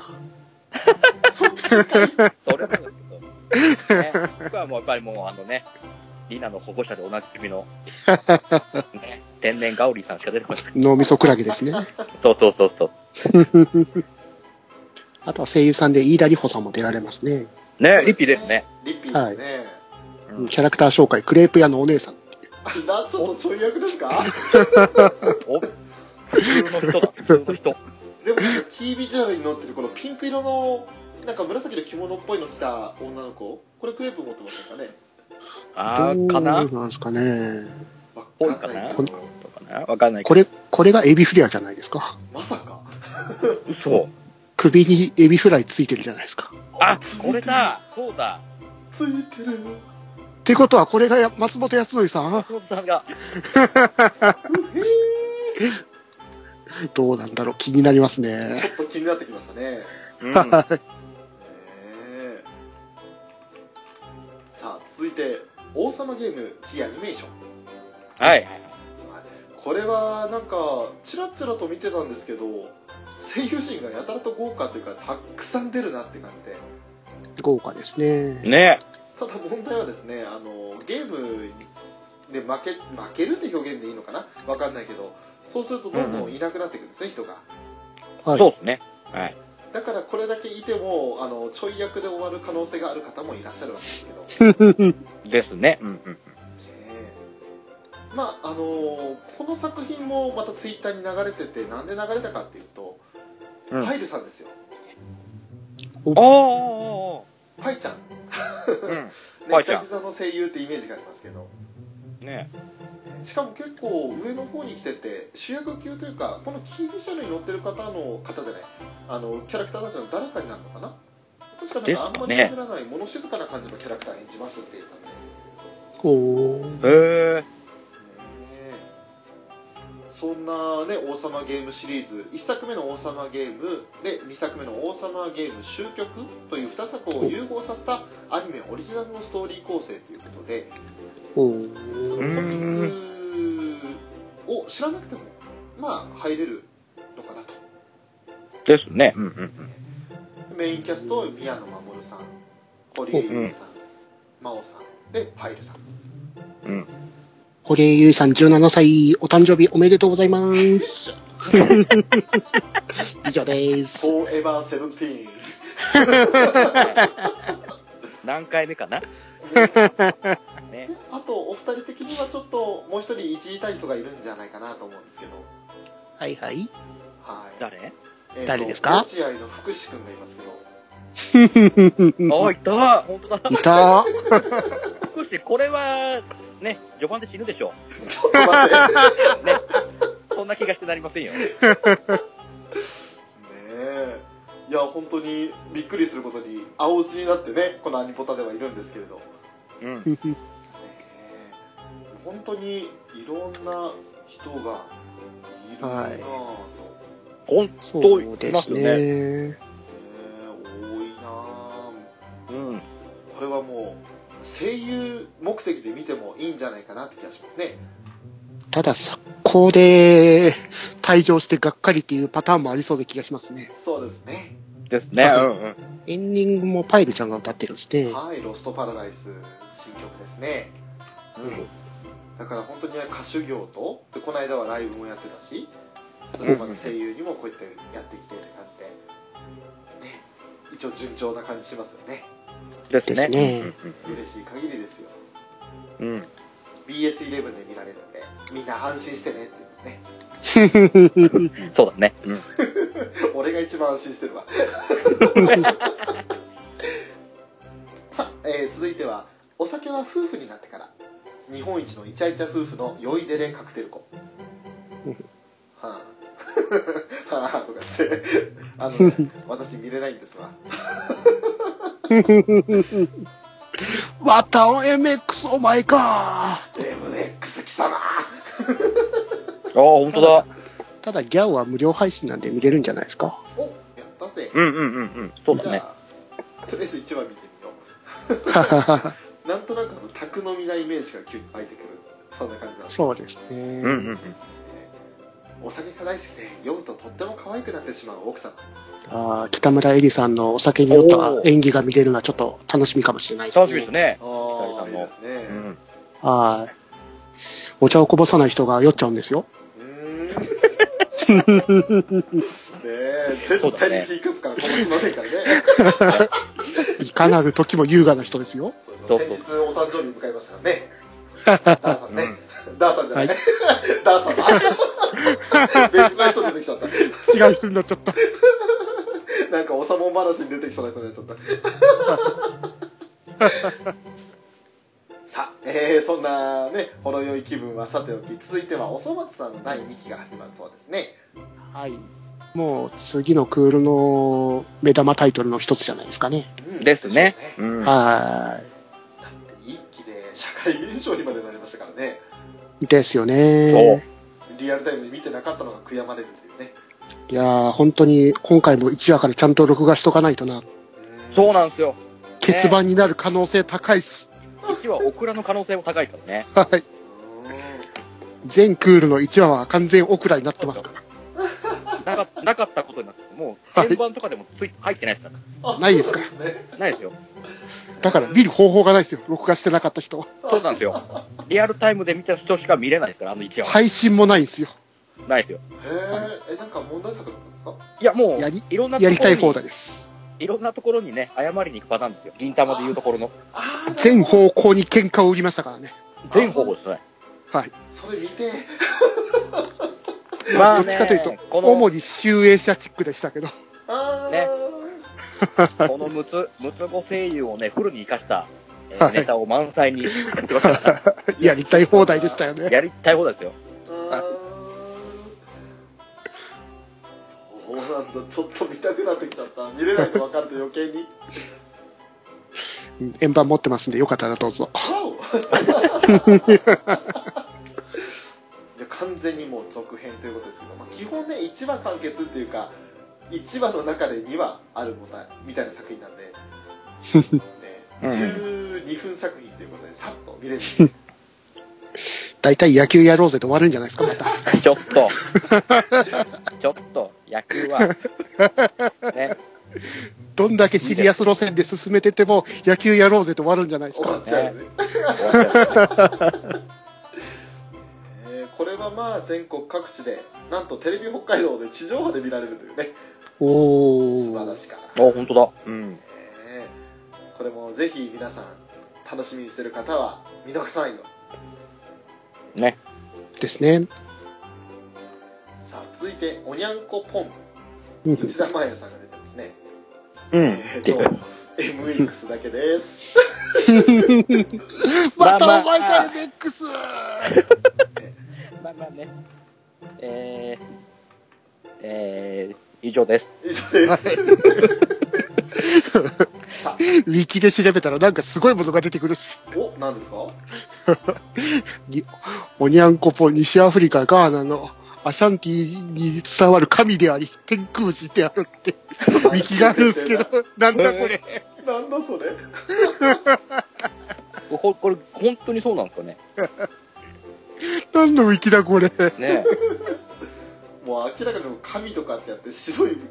そっちかいそれはそうですけど。ね。僕はもうやっぱりもうあのね、リナの保護者でおなじみの、ね、天然ガウリーさんしか出てこない。脳みそクラゲですね。そうそうそうそう。あとは声優さんで飯田里穂さんも出られますね。ね、リピですね。リッピーですね、うんキャラクター紹介、クレープ屋のお姉さん。なちょっとちょい役ですかお普通の人だ、普通の人。でもキービジュアルに乗ってるこのピンク色のなんか紫の着物っぽいの着た女の子これクレープ持ってませんかねあー、かなどうなんですかね。わぽいかなかんいとかなわかんないこけれ、これがエビフリアじゃないですか。まさかど。嘘。首にエビフライついてるじゃないですか。っあ、これだそうだついてるてことは、これが松本康則さん松本さんが、どうなんだろう気になりますねち。ょっと気になってきましたねねうん、えさあ続いて「王様ゲーム G アニメーションはい。」これはなんかちらちらと見てたんですけど声優陣がやたらと豪華というかたくさん出るなって感じで豪華ですね。ねただ問題はですねあのゲームで負け負けるって表現でいいのかなわかんないけどそうするとどんどんいなくなってくるんですね、人がはいそうですね。はい。だからこれだけいてもあのちょい役で終わる可能性がある方もいらっしゃるわけですけど、ねですね。うんうえん。まああのこの作品もまたツイッターに流れててなんで流れたかっていうと、うんパイルさんですよおーおパイちゃん、ね、ーおーパイちゃん久々の声優ってイメージがありますけどうん。ねしかも結構上の方に来てて主役級というかこのキービジュアルに乗ってる方の方じゃないあのキャラクターたちの誰かになるのかな確かなんかあんまりですかね喋らない、もの静かな感じのキャラクター演じますって言ったんで、ねこう。へええ。そんなね「王様ゲーム」シリーズ1作目の「王様ゲーム」で2作目の「王様ゲーム終局」という2作を融合させたアニメオリジナルのストーリー構成ということでおそのコーミックを知らなくてもまあ入れるのかなとですね。うんうん メインキャスト宮野真守さん堀江由美さん、真央さんでパイルさん堀江優衣さん17歳、お誕生日おめでとうござ います。以上です。フォーエバーセブンティーン何回目かなね。 あとお二人的にはちょっともう一人いじりたい人がいるんじゃないかなと思うんですけどはいはい。はい、 誰えーと誰ですか落合の福士君がいますけどああ、いた本当だいた福士、これは、ね、序盤で死ぬでしょちょっと待っ てねう。そんな気がしてなりませんよ。えいや本当にびっくりすることに青打ちになってねこの「アニポタ」ではいるんですけれどねうん。え本当にいろんな人がいるなぁはいと、ほん、そうですね。ねえ多いなぁうん。これはもう声優目的で見てもいいんじゃないかなって気がしますねただ、昨今で退場してがっかりっていうパターンもありそうで気がしますね。そうですねですね。うんうん。エンディングもパイルちゃんが歌ってるんですね。はい「ロストパラダイス」新曲ですねだから本当にね歌手業とでこの間はライブもやってたしそれでまた声優にもこうやってやってきてって感じで、ね、一応順調な感じしますよねですですねね。嬉しい限りですようんうんうん。 BS11 で見られるんでみんな安心してねっていうね うんそうだね。うん。俺が一番安心してるわ さあ、えー続いてはお酒は夫婦になってから日本一のイチャイチャ夫婦の酔いでれカクテル子 うんはあ はあとか言ってあの、ね、私見れないんですわワタオ MX お前か MX 貴様ああ、本当だ。ただ、ギャオは無料配信なんで見れるんじゃないですか。 おやったぜ、うんうんうんうん。そうじだゃね。あとりあえず1話見てみようなんとなくあの宅飲みなイメージが急に湧いてくるそんな感じなんですそうですうんうんね。うん。お酒が大好きで酔うととっても可愛くなってしまう奥さんあー北村恵里さんのお酒に酔った演技が見れるのはちょっと楽しみかもしれないですね。楽しみですね。あああーいいですねうん。はい。お茶をこぼさない人が酔っちゃうんですよ。うーんねえ絶対にティーカップからこぼしませんからねいかなる時も優雅な人ですよ。そう先そう日お誕生日迎えましたからねダーさんね、ダーさんじゃない、はいダーさんだ別の人出てきちゃった違う人になっちゃった。なんかおさもん話に出てきそうな人になっちゃった。さあ、えー、そんなね、ほろ酔い気分はさておき、続いてはおそ松さんの第2期が始まるそうですね。はい。もう次のクールの目玉タイトルの一つじゃないですかね。うんですねでし。ょうねうん。は一期で社会現象にまでなりましたからね、い。ですよそうね。リアルタイムで見てなかったのが悔やまれるというね。いやー、本当に今回も1話からちゃんと録画しとかないとな。そうなんですよ。欠番になる可能性高いっす。 1はオクラの可能性も高いからね。はい。うーん全クールの1話は完全オクラになってますから。なかなかったことになって、もう、はい鍵盤とかでもつい入ってないですかあないですかそうなんねら。ないですよ。だから見る方法がないですよ。録画してなかった人は。そうなんですよ。リアルタイムで見た人しか見れないですから、あの1話は。配信もないんですよ。ないですよ。へえ、え、なんか問題作だったんですかいや、もう、やりいろんなとこやろりにたい放題です。いろんなところにね、謝りに行くパターンですよ。銀玉で言うところの。あー全方向に喧嘩を売りましたからね。全方向ですね。それ見て、まあどっちかというとこの、主に集英社チックでしたけど。 あーねこのムツ、ムツゴ声優をね、フルに生かした、えーはいネタを満載に作ってましたかやりたい放題でしたよら、 ね。やりたい放題ですよ。そうなんだちょっと見たくなってきちゃった見れないと分かると余計にうん円盤持ってますんで、よかったらどうぞ。わお いや完全にもう続編ということですけど、まあ、基本ね1話完結っていうか1話の中で2話あるもたみたいな作品なんで、ね、うん12分作品ということでさっと見れる大体野球やろうぜで終わるんじゃないですか、また。ちょっ と、ちょっと、野球は、ね、どんだけシリアス路線で進めてても、野球やろうぜって終わるんじゃないです終か。わっちゃうね。えーこれはまあ全国各地でなんとテレビ北海道で地上波で見られるというねお素晴らー。しかな、あ、本当だ。うん。えーこれもぜひ皆さん楽しみにしてる方は見逃さないよね。ですね。さあ続いておにゃんこポンうん内田真礼さんが出てますねうえん。ー出てると MX だけです ままたあまおあ前からベックス まあまあね。えー、えー、以上です。以上ですさあウィキで調べたらなんかすごいものが出てくるし、お何ですかおにゃんこぽ西アフリカ、ガーナのアシャンティに伝わる神であり、天空寺であるって、ウィキがあるんで すけど、なんだこれ。なんだそれほこれ、本当にそうなんです かね。何のウィキだこれ。ねもう明らかにもう神とかってやって白いね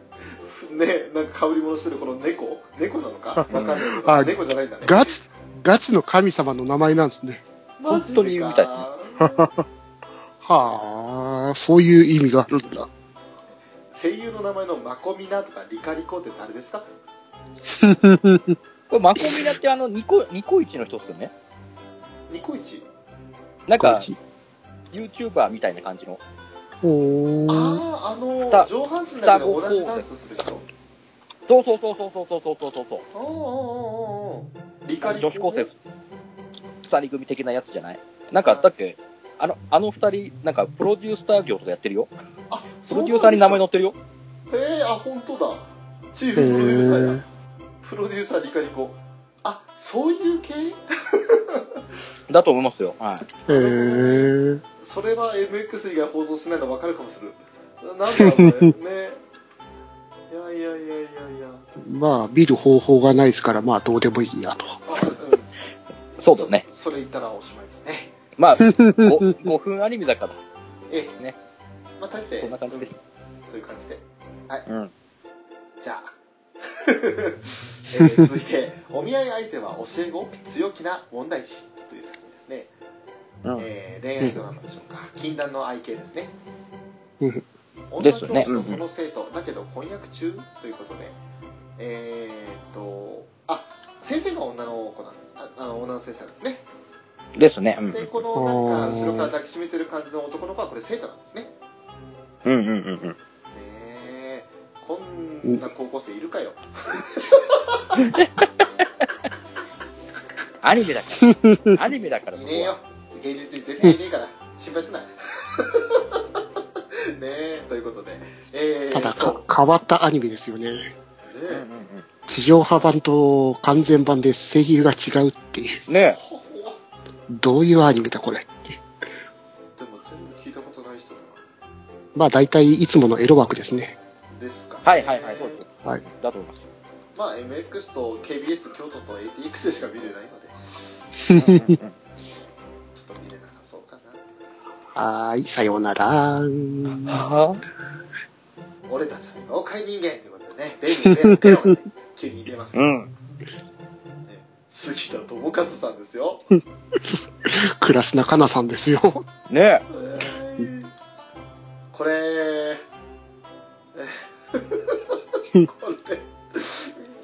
なんか被り物してるこの猫猫なのかわかんないけどあ猫じゃないんだねガチ、ガチの神様の名前なんですね。マジでか本当にみたいですはあ、そういう意味があるんだ。声優の名前のマコミナとかリカリコって誰ですかこれ、マコミナってあの、ニコ、ニコイチの人っすよね。ニコイチなんこかっ、ち YouTuber みたいな感じの。ほあーああのだ上半身だけで同じダンスする人そうそうそうそうそうそうそうそうそう。おーおーおーおーリカリコ女子高生二人組的なやつじゃないなんか、だっけ、あの、あの二人、なんか、プロデュースター業とかやってるよ。あプロデューサーに名前載のってるよ。へえあ本当だチーフへプロデューサーーやプロデューサーリカリコあそういう系だと思いますよ。はい。へーそれは MX 以外放送しないの分かるかもしれない なんだろうねねいやいやいやいやいやまあ、見る方法がないですから、まあ、どうでもいいやと。あ、うん、そうだよね。そそれ言ったらおしまいですねまあ、5, 分アニメだから、ええねまあ大してこんな感じです。うんそういう感じではい、うんじゃあ えー続いて「お見合い相手は教え子強気な問題児」という作品ですね、うんえー恋愛ドラマでしょうか禁断の愛系ですねうん女 です教よね師とその生徒、だけど婚約中ということでえーっとあ先生が女の子なんですああの女の先生なんですねですね。うんでこのなんか後ろから抱きしめてる感じの男の子はこれ生徒なんですねうんうんうんうん。ねえこんな高校生いるかよアニメだから。アニメだ から、いそねえこよは。現実に絶対いねえから 心配すなねえということで、えー、ただそか、変わったアニメですよね。うねうんうえん地上波版と完全版で声優が違うっていう、うんねほほどういうアニメだこれって。でも全部聞いたことない人だなまあ、大体いつものエロ枠ですね。ですか、ね、はいはいはい、そうです。はいだと思います。まあ MX と KBS 京都と ATX でしか見れないのでうんうんうんちょっと見れなさそうかなはーい、さようなら。はぁ俺たちは妖怪人間ってことでねベンベンベロンって急に出ますけうど、ん。杉田智和さんですよ倉科香奈さんですよ。ねこれえ ーこれ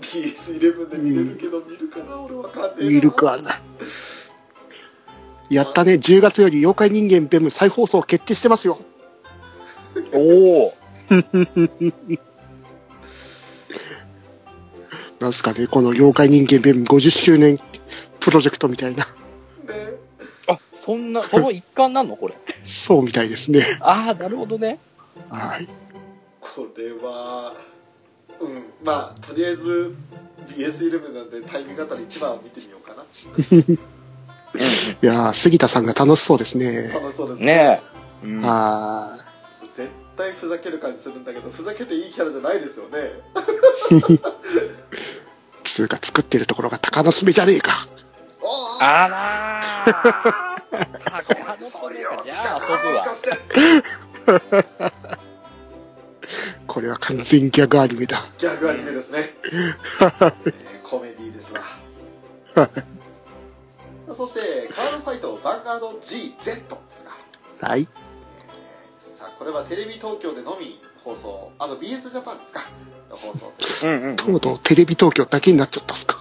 BS11 で見れるけど見るかな俺わかんねえな見るかな。やったね、10月より妖怪人間ベム再放送決定してますよ。おお。なんすかね、この妖怪人間ベム50周年プロジェクトみたいな。ねあ、そんな、その一環なのこれ。そうみたいですね。 ああ、なるほどね。はい。これはうんまあとりあえず BS11 なんでタイミングあったら一番を見てみようかないやー、杉田さんが楽しそうですね。楽しそうですねえ。うんあー絶対ふざける感じするんだけどふざけていいキャラじゃないですよねつうか作ってるところが高なすべじゃねえか。あああら ー。そあの子うねよじゃあ遊ぶわ。してこれは完全ギャグアニメだ。ギャグアニメですねえーコメディーですわ。そして、カードファイト、ヴァンガード GZ ですが、はい。さあ、これはテレビ東京でのみ放送、あと BS ジャパンですか、の放送といううんうんとうとうテレビ東京だけになっちゃったっすか。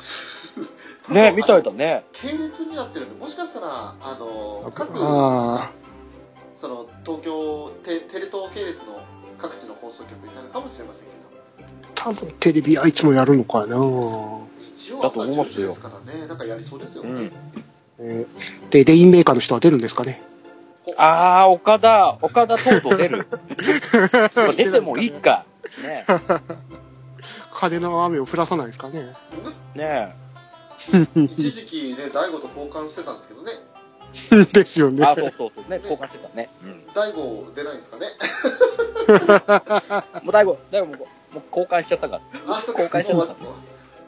ね見といたね。系列になってるんで、もしかしたら、あの、各、あその、東京テ、テレ東系列の各地の放送局になるかもしれませんけど。あ、多分テレビあいつもやるのかな、一応だと思い朝10ます時よですからね、なんかやりそうですよね。うんえーで、レインメーカーの人は出るんですかね。ほああ、岡田、岡田とうとう出 る。まあ出てもいいか。ね金の雨を降らさないです かね。ね一時期ね、大悟と交換してたんですけどね、ですよねあ。そうそうそう。ね、交換してたね。うん。大悟出ないんです かね。もう大悟、大悟もう、もう交換しちゃったから。あ、そっか、もう交換しち終ゃっわたっ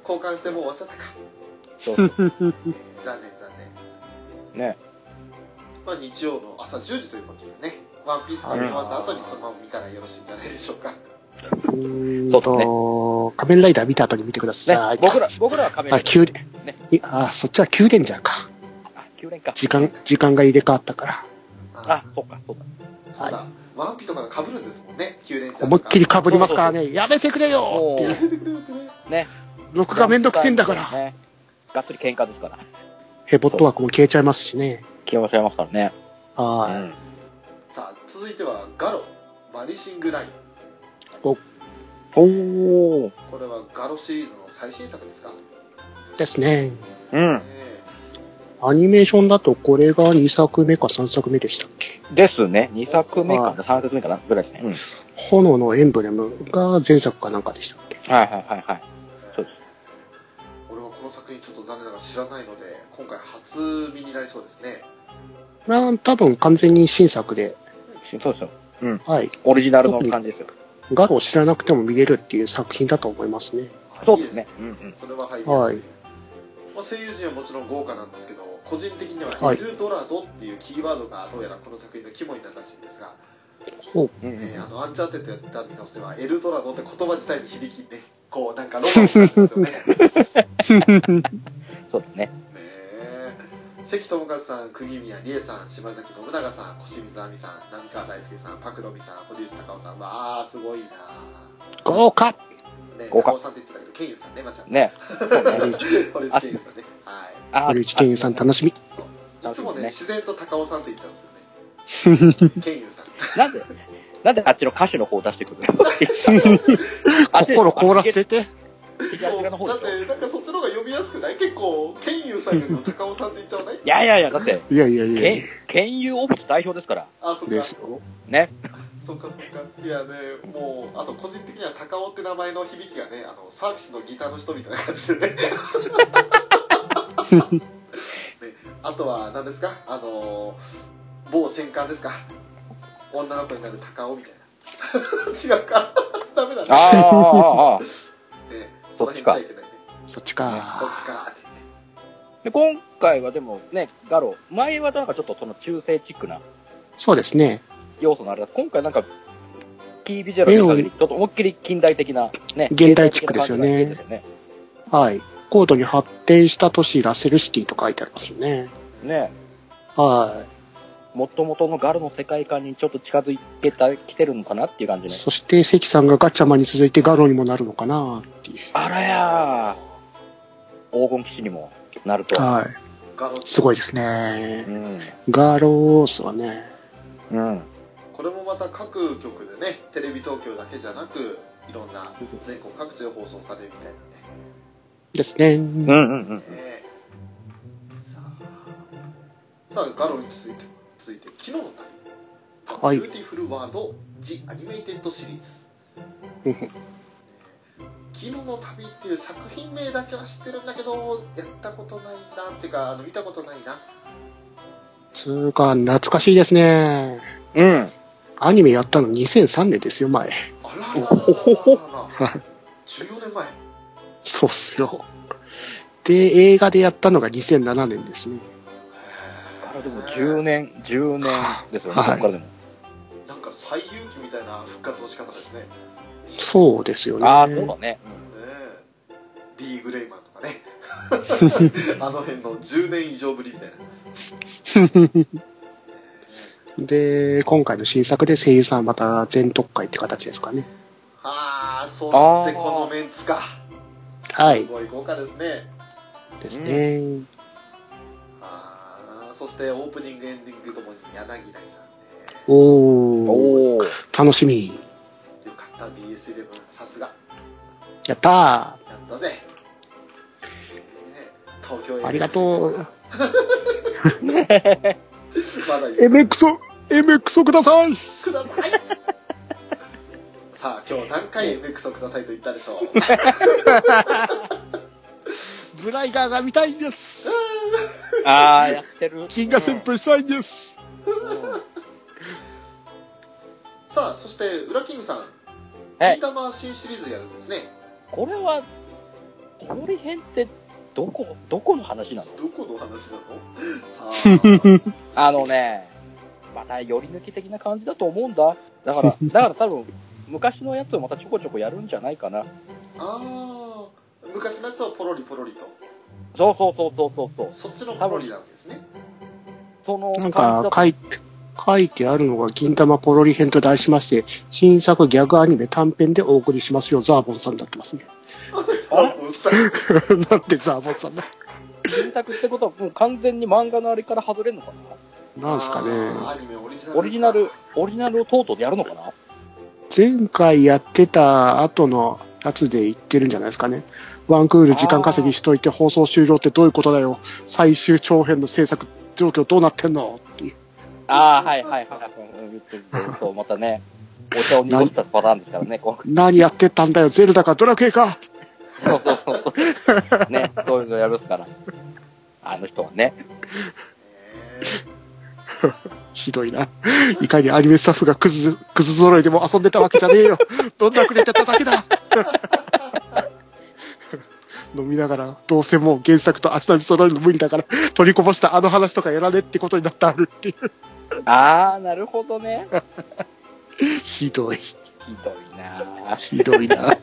交換してもう終わっちゃったか。そうそう残念、残念。ね。まあ、日曜の朝10時ということでね、ワンピースが見終わった後にそのまま見たらよろしいんじゃないでしょうか。うーんそうだと、仮面ライダー見た後に見てくださねい。、僕ら、僕らは仮面ラあ、イダー。九連、ねいあ、そっちは九連じゃんか。あ、9連か。時間、時間が入れ替わったから。ああ、そうか、そうか。そうだ、ワンピとかが被るんですもんね、9連チャーとか思いっきり被りますからね。やめてくれよもっていう。う、録画めんどくせえんだから。ね。がっつり喧嘩ですから。ヘボット枠も消えちゃいますしね。消えちゃいますからね。うはん。さあ、続いてはガロ、バニシングライン。おー。これはガロシリーズの最新作ですか。い。ですね。うえん。えアニメーションだとこれが2作目か3作目でしたっけですね。2作目かはな、3作目かな、ぐらいですね。うん。炎のエンブレムが前作かなんかでしたっけはいはいはいはい。そうです。俺はこの作品ちょっと残念ながら知らないので今回初見になりそうですねまあ多分完全に新作で、そうですよ。はい。オリジナルの感じですよ。ガロを知らなくても見れるっていう作品だと思いますね。あそうですねいい。うんうん。それは入りはやいすい。まあ、声優陣はもちろん豪華なんですけど個人的にははエいルドラドっていうキーワードがどうやらこの作品の肝になるらしいんですが、そう。うんうんえーあのアンチャーテッドやった見直しではエルドラドって言葉自体に響きねこうなんかロマンがあるん ですよねねそうだね。え関智一さん釘宮理恵さん島崎信長さん小清水亜美さん浪川大輔さんパクロミさん堀内孝雄さんわあすごいな 豪華ね、豪華高尾さんって言ってたけど、ケンユさんね、まちゃん。ね。そうね堀内ケンユさんね。はあ堀内健さん楽しい。み。いつもね、ね自然と高尾さんって言っちゃうんですよね。ケンユさん。なんで、なんであっちの歌手の方を出してくるの 心凍らて。せて。左側の方でだっしょて、なんかそっちの方が読みやすくない結構、ケンユさんよりも高尾さんって言っちゃわないいやいやいや、だって、いやいやいやいけや。県有オフィス代表ですから。あ、そっかで。すよ。ね。そっかそっか。いやね、もう、あと個人的には高尾って名前の響きがね、あの、サービスのギターの人みたいな感じでね。ねあとは、何ですかあの、某戦艦ですか女の子になる高尾みたいな。違 うかダメだね。ああ、ああ、ああ。ねそそのっ辺見ちちかゃいけないね。そっちそっかち。かってね。で、今回はでもね、ガロ、前はなんかちょっとその中性チックなそうですね。要素のあれだ今回なんか、キービジュアルの限り、ちょっと思いっきり近代的な、ね。現代チックですよね現代的な感じが見えてはい。高度に発展した都市ラセルシティと書いてありますよね。たよね。ね。はもともとのガロの世界観にちょっと近づいてた、来てるのかなっていう感じい。ね。そして関さんがガチャマンに続いてガロにもなるのかなっていう。あらやー。黄金騎士にもなると。はい。ガロすごいですねう。ん。ガロースはね、うん。これもまた各局でね、テレビ東京だけじゃなく、いろんな全国各地で放送されるみたいなね。ですね。うんうんうん。ねさあさあガロについて続いて昨日の旅、はいビューティフルワード・ジ・アニメイテッドシリーズうんね昨日の旅っていう作品名だけは知ってるんだけどやったことないなっていうかあの見たことないなつうか、懐かしいですね。うん。アニメやったの2003年ですよ、前。 あららららららら14年前そうっすよ。で、映画でやったのが2007年ですね。からでも10年、10年ですよね、はいそこからでも。なんか最有機みたいな復活の仕方ですねねそうですよね。ああ、そうだね。え D ・グレイマンとかねあの辺の10年以上ぶりみたいなで、今回の新作で声優さんまた全特会って形ですかね。ああそしてこのメンツかはいす。ごい豪華ですねですね。あーそしてオープニングエンディングともに柳内さんねおおおお。楽しみ。よかった BS11 さすがやったやったぜね東京 MX ありがとまうだ言ー。う MX を、MX をくださいくださいさあ今日何回 MX をくださいと言ったでしょうブライガーが見たいんですああ、やってる。銀河旋風したいん です、うんさあそして裏キングさんはい銀魂新シリーズやるんですねこれは、これ編って、どこ、どこの話なのどこの話なのさああのね、また寄り抜き的な感じだと思うんだ。だ から、だから多分、昔のやつをまたちょこちょこやるんじゃないかな。 あー昔のやつをポロリポロリとそうそうそうそうそうそう。そっちのポロリなんですねそのな感んじかだと書いて書いてあるのが銀玉ポロリ編と題しまして新作ギャグアニメ短編でお送りしますよザーボンさんになってますね あおっさん なんでザーボンさんだ新作ってことはもう完全に漫画のあれから外れるのかななんすかねあーアニメオリジナルオリジナルオリジナルをとうとうでやるのかな前回やってた後のやつで言ってるんじゃないですかねワンクール時間稼ぎしといて放送終了ってどういうことだよ最終長編の制作状況どうなってんのっていうああはいはいはい、うん、言ってるとまたねお茶を濁したパターンですからねこ何やってたんだよゼルダかドラクエかうそうそうそうねそういうのやるっすからあの人はねえひどいな。いかにアニメスタッフがクズ、クズ揃いでも遊んでたわけじゃねえよ。どんなくれてただけだ。 飲みながら、どうせもう原作と足並み揃えるの無理だから、取りこぼしたあの話とかやらねえってことになってあるっていう。ああなるほどねひどい。ひどいなひどい な。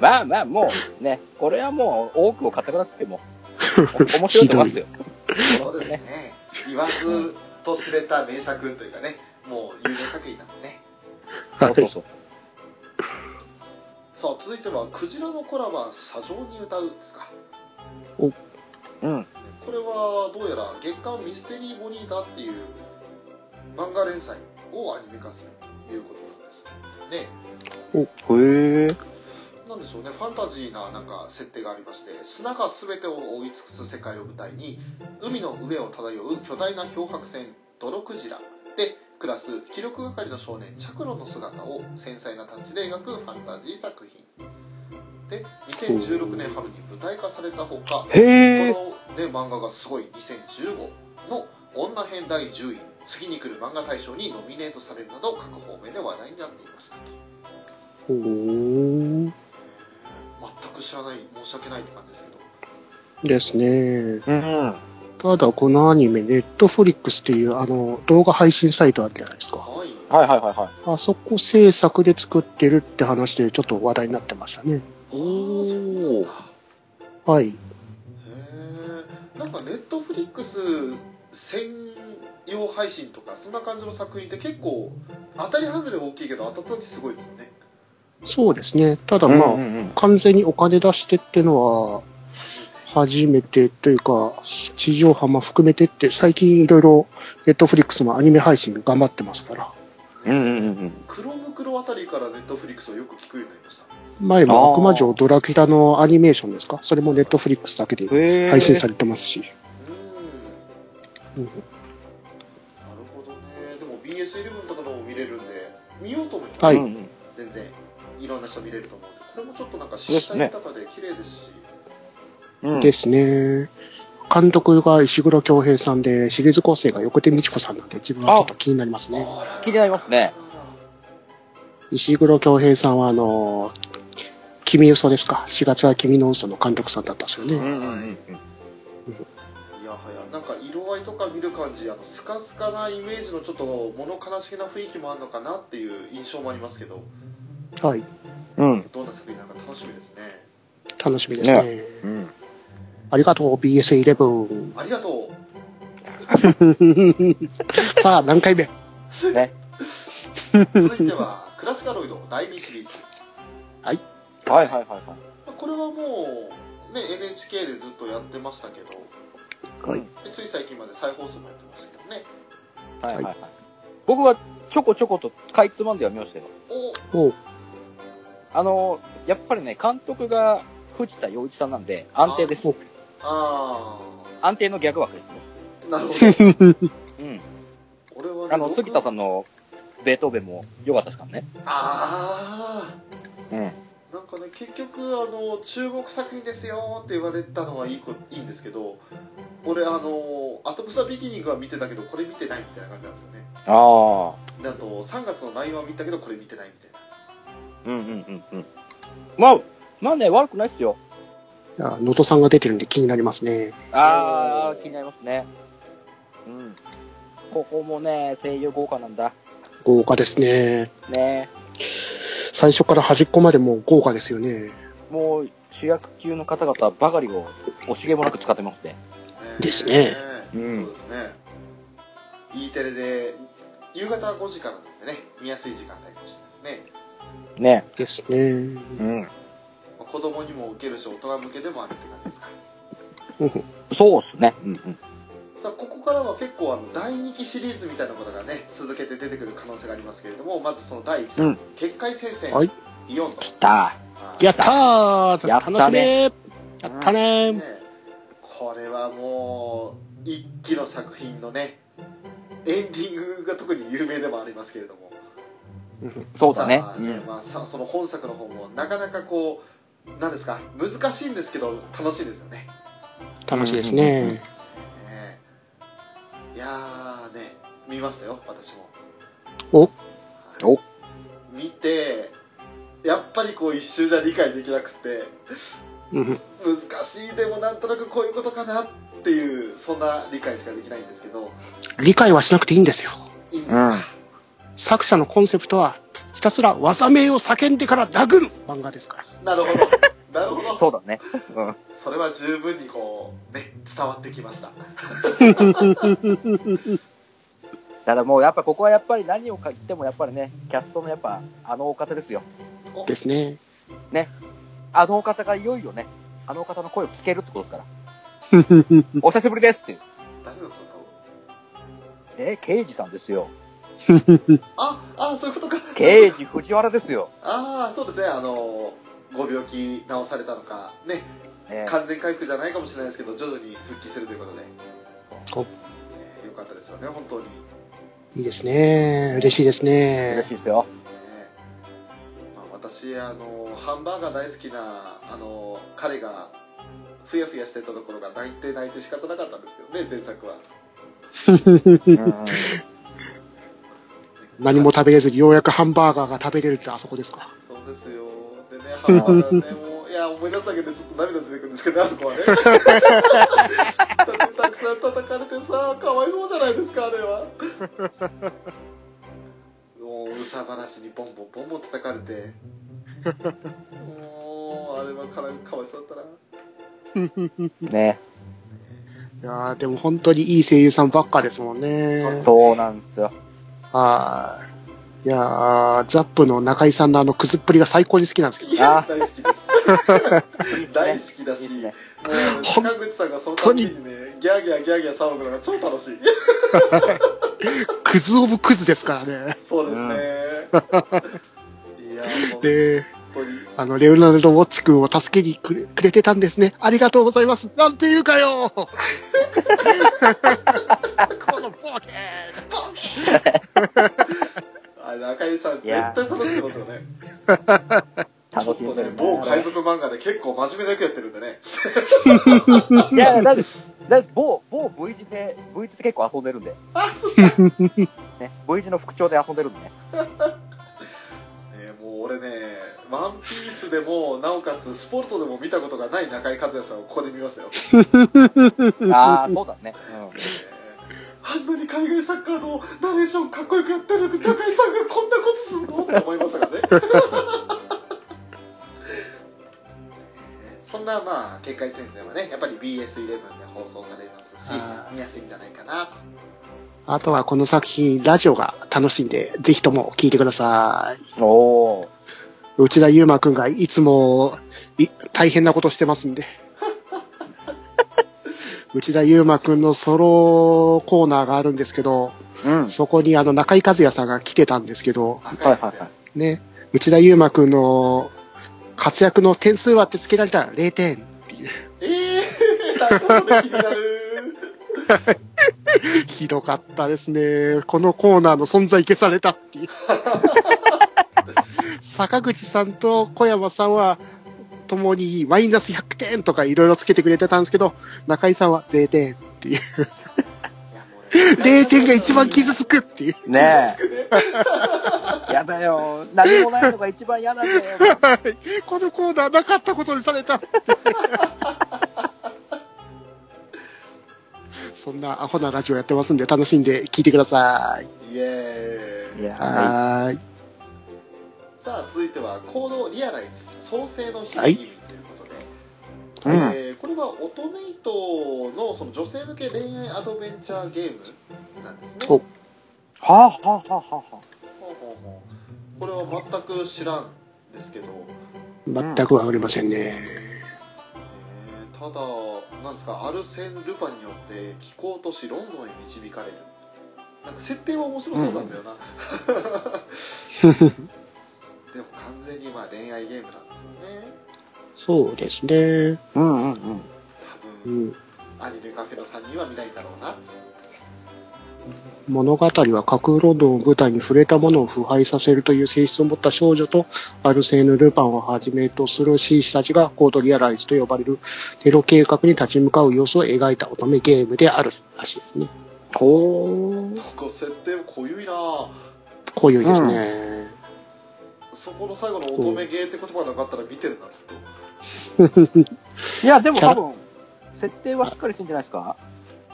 まあまあもうねこれはもう多くを語らなくてもお面白いと思いますよーそうですね言わずと知れた名作というかねもう有名作品なんでねそうそうそうさあ続いてはクジラのコラボは車上に歌うですかうんこれはどうやら月刊ミステリーボニータっていう漫画連載をアニメ化するということなんですね。へえなんでしょうね、ファンタジーななんか設定がありまして、砂が全てを覆い尽くす世界を舞台に、海の上を漂う巨大な漂白船、泥クジラで暮らす気力係の少年、チャクロの姿を繊細なタッチで描くファンタジー作品。で、2016年春に舞台化されたほか、へえこの、ね、漫画がすごい2015の女編第10位次に来る漫画大賞にノミネートされるなど各方面で話題になっていましたとおー全く知らない申し訳ないって感じですけどですね。うんただ、このアニメ、ネットフリックスっていう、あの、動画配信サイトあるじゃないですか。はいはいはいはいはいあそこ制作で作ってるって話で、ちょっと話題になってましたね。おおへはい。えなんかネットフリックス専用配信とかそんな感じの作品って結構当たり外れ大きいけど当たった時すごいですよねそうですね。ただまあ、うんうんうん完全にお金出してっていうのは、初めてというか、地上波も含めてって、最近いろいろ、ネットフリックスもアニメ配信頑張ってますから、うんうんうんうんクロムクロあたりからネットフリックスをよく聞くようになりました前もあー悪魔城ドラキュラのアニメーションですかそれもネットフリックスだけでへえ配信されてますし、ううんんなるほどねでも BS11 とかのも見れるんで見ようと思います、はいうんうん全然いろんな人見れると思うんでこれもちょっとなんかで視す界ね豊かで綺麗ですしうんですね。監督が石黒恭平さんで、シリーズ構成が横手美智子さんなんで、自分はちょっと気になりますね。気になりますね石黒恭平さんは、あの、君嘘ですか ?4 月は君の嘘の監督さんだったんですよね。うんうんうんうんいやはやなんか色合いとか見る感じあのスカスカなイメージのちょっと物悲しげな雰囲気もあるのかなっていう印象もありますけどはい。うん。どうなんな作品なんか楽しみですね楽しみですね。うん。ありがとう、BS11。ありがとうさあ、何回目ね。 続いてはクラシカロイド第2シリーズはいはいはいはまあこれはもう、ね、NHK でずっとやってましたけど、はいでつい最近まで再放送もやってましたけどねい。はいはいはい。僕はちょこちょことかいつまんでは見ましたよ。お おうあの、やっぱりね、監督が藤田洋一さんなんで、安定ですあ。あ安定の逆枠ですね。あなる ほどうん。俺はねあの、杉田さんんのベートーベンも良かったですからね。ああうん。なんかね結局あの中国作品ですよって言われたのはいいこいいんですけど俺あの「アトプサビギニング」は見てたけどこれ見てないみたいな感じなんですよねああ。であと3月のラインは見たけどこれ見てないみたいなうんうんうんうん。まあ、まあね、悪くないっすよ。いや能登さんが出てるんで気になりますね。あおーー、気になりますね。うん。ここもね、声優豪華なんだ。豪華ですね。ね最初から端っこまでもう豪華ですよね。もう主役級の方々ばかりを惜しげもなく使ってますね。ねですねうんそうですね E テレで夕方5時からなんでね見やすい時間帯としてですね、ねですね。うん。まあ、子供にも受けるし大人向けでもあるって感じですかそうっすね。うんうん。さあここからは結構あの第2期シリーズみたいなことがね続けて出てくる可能性がありますけれどもまずその第1弾、うん結界戦線、はいイオンと来た。やったーやったね楽しみーやったねねーこれはもう一期の作品のねエンディングが特に有名でもありますけれどもそうだねさ。あうんまあ、さその本作の方もなかなかこうなんですか難しいんですけど楽しいですよね楽しいですうんうんうんね。ねえいやーね見ましたよ私もおはいお見てやっぱりこう一周じゃ理解できなくてうん難しいでもなんとなくこういうことかなっていうそんな理解しかできないんですけど理解はしなくていいんですよ。いいんですか、うん作者のコンセプトは、ひたすら技名を叫んでから殴る漫画ですかなら。るほ どなるほどそうだね。うん。それは十分にこうね伝わってきましたただもうやっぱここはやっぱり何を言ってもやっぱりね、キャストのやっぱあのお方ですよ。ですね。あのお方がいよいよね、あのお方の声を聞けるってことですから。お久しぶりですっていう。誰のことえ、刑事さんですよ。ああそういうことか刑事藤原ですよ。ああそうですねあのご病気治されたのかねね完全回復じゃないかもしれないですけど徐々に復帰するということで、おえーよかったですよね本当に、ねいいですね。嬉しいですね嬉し。いですよ。まあ、私あのハンバーガー大好きなあの彼がふやふやしてたところが泣いて泣いて仕方なかったんですけどね前作は何も食べれずにようやくハンバーガーが食べれるってあそこですか。そうですよでねハンバーガーねもういや思い出すだけでちょっと涙出てくるんですけどねあそこはねだってたくさん叩かれてさかわいそうじゃないですかあれはもううさばらしにボンボンボンボン叩かれてもうあれはかなりかわいそうだったな ねいやーでも本当にいい声優さんばっかですもんね。そうなんですよ。あーいやーザップの中井さんのあのくずっぷりが最高に好きなんですけど、いやあ大好きですいいっすね大好きだしいいっすねもう坂口さんがそのたびにねギャーギャーギャーギャー騒ぐのが超楽しいクズオブクズですからね。そうですね、いや本で、当にあの、レオナルド・ウォッチ君を助けにくれくれてたんですね。ありがとうございます。なんていうかよ このボケあ中井さんい絶や対楽しんでますよね楽しちょんっとねでるね某海賊漫画で結構真面目な役やってるんでねいやいや、だって、だって某、某 V 字で、V 字で結構遊んでるんで。あそうねね、V 字の副長で遊んでるんでね。もう俺ね「ワンピースでもなおかつスポルトでも見たことがない中井和也さんをここで見ましたよ、ねああ、そうだね。あんなに海外サッカーのナレーションかっこよくや ってるのに中井さんがこんなことするのって思いましたからねな、まあ、警戒戦線はね、やっぱり BS11 で放送されますしあ、見やすいんじゃないかなと。あとはこの作品、ラジオが楽しいんで、ぜひとも聞いてください。おー。内田悠馬くんがいつもい大変なことしてますんで。内田悠馬くんのソロコーナーがあるんですけど、うん。そこにあの中井和也さんが来てたんですけど、はいはいはいはい。ね、内田悠馬くんの活躍の点数はってつけられたら0点。ええー、なるほど、気になる。ひどかったですね。このコーナーの存在消されたっていう。坂口さんと小山さんは、ともにマイナス100点とかいろいろつけてくれてたんですけど、中井さんは0点。いやもうね0点が一番傷つくっていう。 ねえ。 やだよ。何もないのが一番嫌なんだよ。このコーナーなかったことにされた。 そんなアホなラジオやってますんで楽しんで聞いてください。イエーイいやーはーい。さあ続いては行動リアライズ創生の日々はいということで、うんえーこれはオトメイトのその女性向け恋愛アドベンチャーゲームなんですねおほうはあはあはあはあはほうほうこれは全く知らんですけど、全くわかりませんね。えーただなんですかアルセン・ルパンによって気候都市ロンドンへ導かれるなんか設定は面白そうなんだよな、でも完全にまあ恋愛ゲームなんですよねそうですね。あ。うんうんうん。多う分んアニメカフェの3人は見ないんだろうな物語は架空ロンドンを舞台に触れたものを腐敗させるという性質を持った少女とアルセーヌ・ルパンをはじめとする紳士たちがコードリアライズと呼ばれるテロ計画に立ち向かう様子を描いた乙女ゲームであるらしいですね。ほー。なんか設定濃ゆいなぁこういうですね。そこの最後の乙女芸って言葉なかったら見てるなきっといや、でも多分、設定はしっかりしてんじゃないですか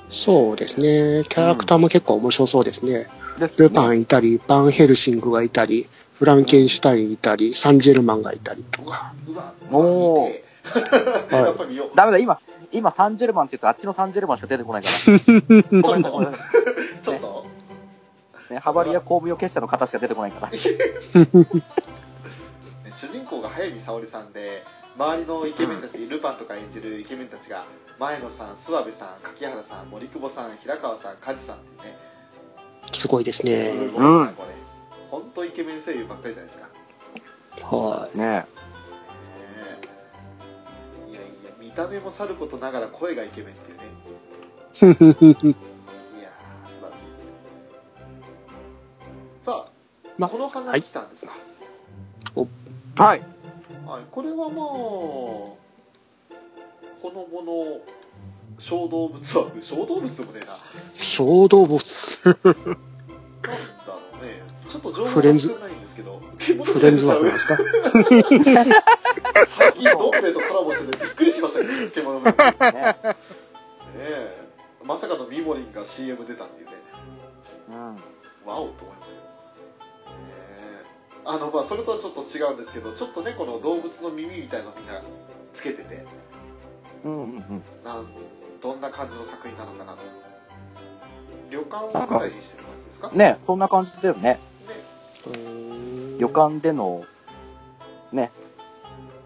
そうですね。キャラクターも結構面白そうですね。ですルパンいたり、バンヘルシングがいたり、フランケンシュタインいたり、サンジェルマンがいたりとか。うわおー見て やっぱ見よう、ダメだ、今、今サンジェルマンって言うとあっちのサンジェルマンしか出てこないから。ごめんなさい、ごめんなさちょっとい。ね、ハバリや公務用結社の方しか出てこないから。ね主人公が早見沙織さんで周りのイケメンたち、ルパンとか演じるイケメンたちが前野さん諏訪部さん柿原さん森久保さん平川さん梶さんっていうねすごいですね。すごいうんなこれ本当イケメン声優ばっかりじゃないですかはねねえいやいや見た目もさることながら声がイケメン っていうねいい。やー素晴らしいさあ、まこの花はい来たんですか、え。はい。はい、これはまあほのぼの小動物枠小動物でもねえな小動物。なんだろうねちょっと情報フレがンズ少ないんですけど手元フレンズワークメです か最近ドンベイとコラボしててびっくりしましたけど獣メイね ねえ。えまさかのミモリンが CM 出たっていうねうん。ワオと思いましたよ、ねえあのまあそれとはちょっと違うんですけどちょっとねこの動物の耳みたいなのみんなつけててうんうんうん。なんどんな感じの作品なのかなと旅館を舞台にしてる感じですかねねそんな感じだよね。旅館での、ね、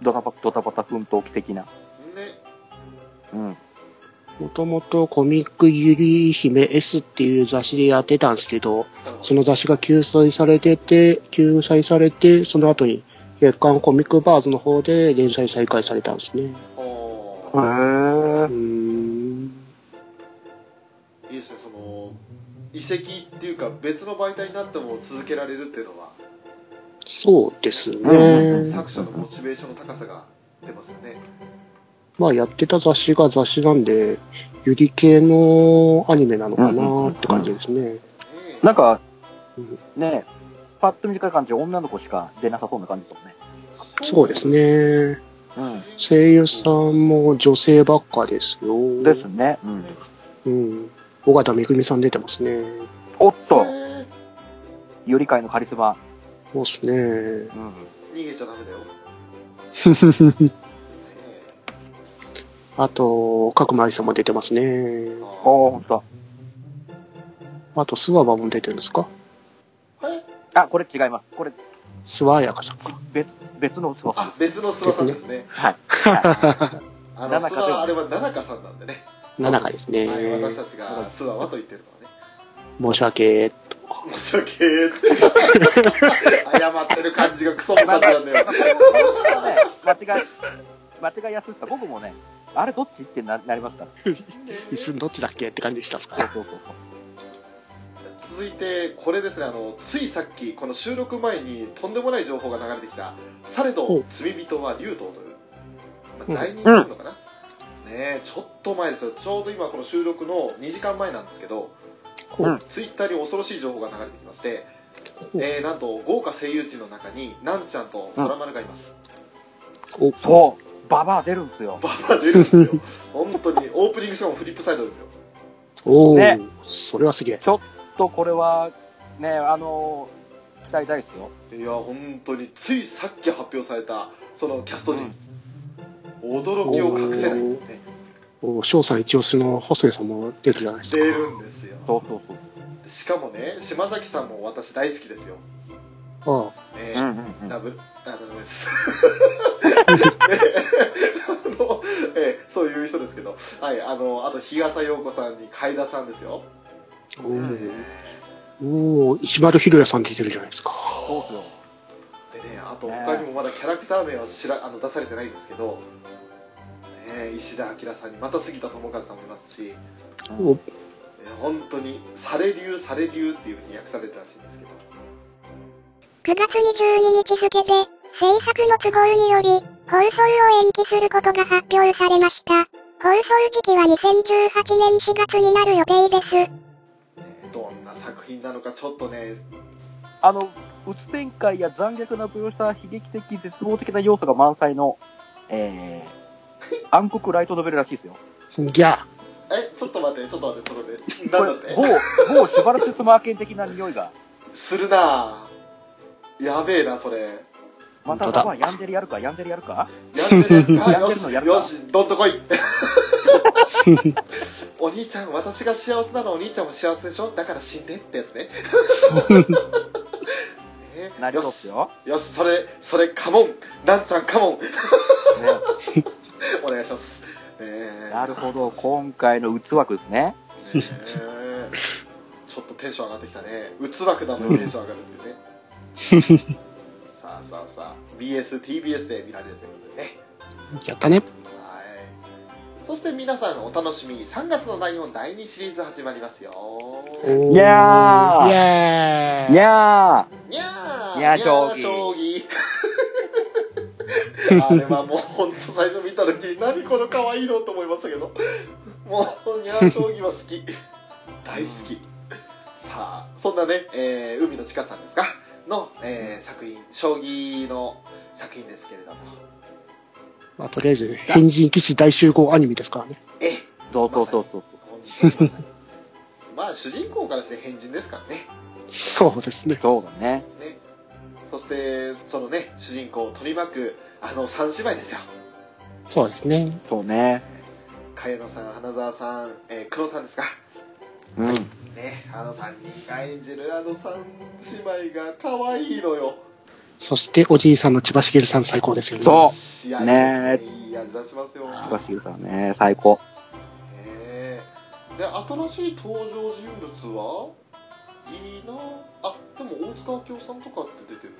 ドタバドタバタ奮闘記的な。ねうん。もともとコミックゆり姫 S っていう雑誌でやってたんですけど、その雑誌が救済されてて、救済されて、その後に月刊コミックバーズの方で連載再開されたんですね。おーうーへん。いいですねその遺跡っていうか別の媒体になっても続けられるっていうのはそうですうんね。作者のモチベーションの高さが出ますよねまあやってた雑誌が雑誌なんで、ゆり系のアニメなのかなって感じですね。ねえなんかうん、ねパッと見た感じ、女の子しか出なさそうな感じだもんね。そうですね。うん。声優さんも女性ばっかですよ。ですね。うん。うん。尾形めぐみさん出てますね。おっと、へえより会のカリスマ。そうっすね。うん。逃げちゃダメだよ、ねえあと、角間愛さんも出てますね。あああ、ーほんと。あと、諏訪場も出てるんですかえあ、これ違います。これ、諏訪彩香さんか。別、別の翼あです。別の諏訪さんですねはい。あの七諏香訪はあでれは七香さんなんでね、 7回ですね。はい、私たちが諏訪はと言ってるのは申し訳。ね申し訳って謝ってる感じがクソの感じなんだよまあこれもこれもね間違い、間違いやすいですか僕もね、あれどっちってななりますから。一瞬どっちだっけって感じでしたんですかそうね。そうそうそ続う。いてこれですねあのついさっきこの収録前にとんでもない情報が流れてきた「されほどう罪人は竜と踊る」まうんあ、大人気なのかな、ねえちょっと前ですよちょうど今この収録の2時間前なんですけど、ほうツイッターに恐ろしい情報が流れてきまして、ほうえーなんと豪華声優陣の中になんちゃんと空丸がいます、おそう、ババア出るんですよ。ババア出るんですよ本当にオープニングしかもフリップサイドですよおねーそれはすげえ。ちょっとこれは、ね、あのー期待大ですよ。いや本当についさっき発表されたそのキャスト陣、驚きを隠せない、ね、お翔さん一押しの細江さんも出るじゃないです出か。るんですよそうそうそう。しかもね島崎さんも私大好きですよ、あねうんうんうん。ラブあダメですねあのえーそういう人ですけど、はい、あのあと日傘陽子さんに海田さんですよ、あ。うおんーおー石丸ひろやさん出てるじゃないですか。そうっすよ。でね、あと他にもまだキャラクター名は知らあの出されてないんですけど、ね、石田明さんにまた杉田智和さんもいますし、おえー本当に「され流され流」っていうふうに訳されてるらしいんですけど9月22日付で、制作の都合により、放送を延期することが発表されました。放送時期は2018年4月になる予定です。ねどんな作品なのかちょっとねあの、うつ展開や残虐な舞踊した悲劇的、絶望的な要素が満載の、えー、暗黒ライトノベルらしいですよ。じゃあ、えちょっと待ってちょっと待ってちょっと待ってこなれんだっ、某て、某シュバルツェスマーケン的な匂いが、するなぁやべえなそれまた本当だババアヤンデルやるか、ヤンデルやるかやってるやつかやよってるのやしるかよしどんとこ いお兄ちゃん私が幸せならお兄ちゃんも幸せでしょだから死んでってや つねねなりそうっすよ。よしそれそれカモンなんちゃんカモンお願いしますねえねなるほど、今回のうつ枠ですね。ねえちょっとテンション上がってきたねうつ枠なのにテンション上がるんでね さあさあさあ BSTBS で見られるということでねやったね。はいそして皆さんお楽しみ3月のライオン第2シリーズ始まりますよおーいやーいやーいやにゃーにゃーに将棋将棋 あれはもう本当最初見た時何この可愛いのと思いましたけどもうにゃー将棋は好き大好きさあそんなね、えー海のちかさんですかの、えー作品将棋の作品ですけれどもまあ、とりあえず、変人騎士大集合アニメですからね。ええーそうそうそうそう。本当にまさにま あ主人公からして変人ですからねそうですね。そうだね。ねそしてそのね主人公を取り巻くあの三姉妹ですよそうですね。そうね。茅野さん花澤さん、えー、黒さんですかうん。ねあの3人が演じるあの三姉妹が可愛いのよそして、おじいさんの千葉茂さん最高ですよね。そう試合ねえですねいい味出しますよ千葉茂さんね、最高。えーで新しい登場人物はいいなあでも大塚明夫さんとかって出てる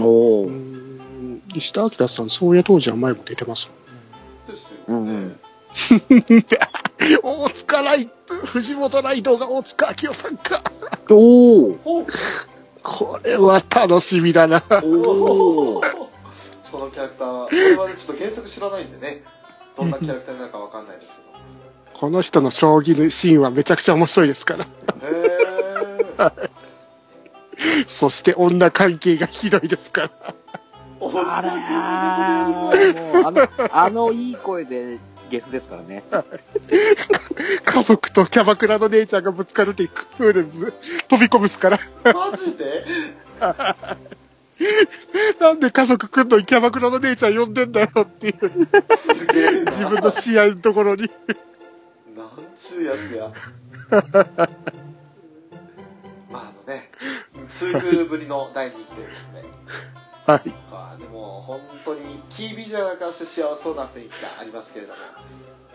おうー。ん石田明さん、そうや当時は前も出てます。ですよね、うんうん 大塚ライト、藤本ライドが大塚明夫さんか。おお。ほうこれは楽しみだな。おお。そのキャラクターは、これはね、ちょっと原作知らないんでね、どんなキャラクターになるかわかんないですこの人の将棋のシーンはめちゃくちゃ面白いですから。けど。へー。そして女関係がひどいですから。おあらーもうあの、あのいい声でゲスですからね。家族とキャバクラの姉ちゃんがぶつかるってプールに飛び込むっすから。マジでなんで家族来んのにキャバクラの姉ちゃん呼んでんだよっていう、すげえな自分の試合のところに。なんちゅうやつやまああのね数週ぶりの第2期ということではい。まあでも本当にキービジュアルからして幸せそうな雰囲気がありますけれども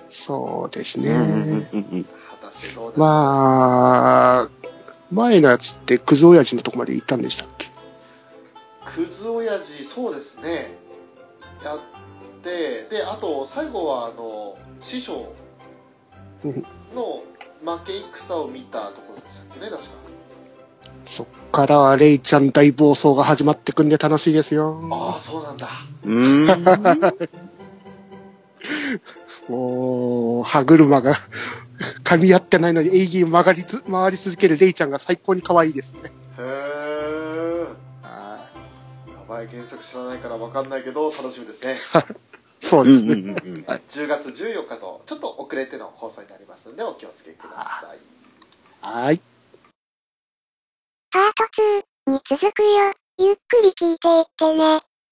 そうですうんうんね。うんうん果たしてどうなるかまあ、前のやつってクズ親父のとこまで行ったんでしたっけクズ親父そうですねやってであと最後はあの師匠うんの負け戦を見たところでしたっけね確かそっからはレイちゃん大暴走が始まってくんで楽しいですよ。ああそうなんだうーん。もう、歯車が 噛み合ってないのに永遠曲がりつ、回り続けるレイちゃんが最高に可愛いですね。へえやばい原作知らないから分かんないけど楽しみですねそううですんうね。んうんうん10月14日とちょっと遅れての放送になりますんでお気をつけくださいはい。パート2に続くよ。ゆっくり聞いていってね。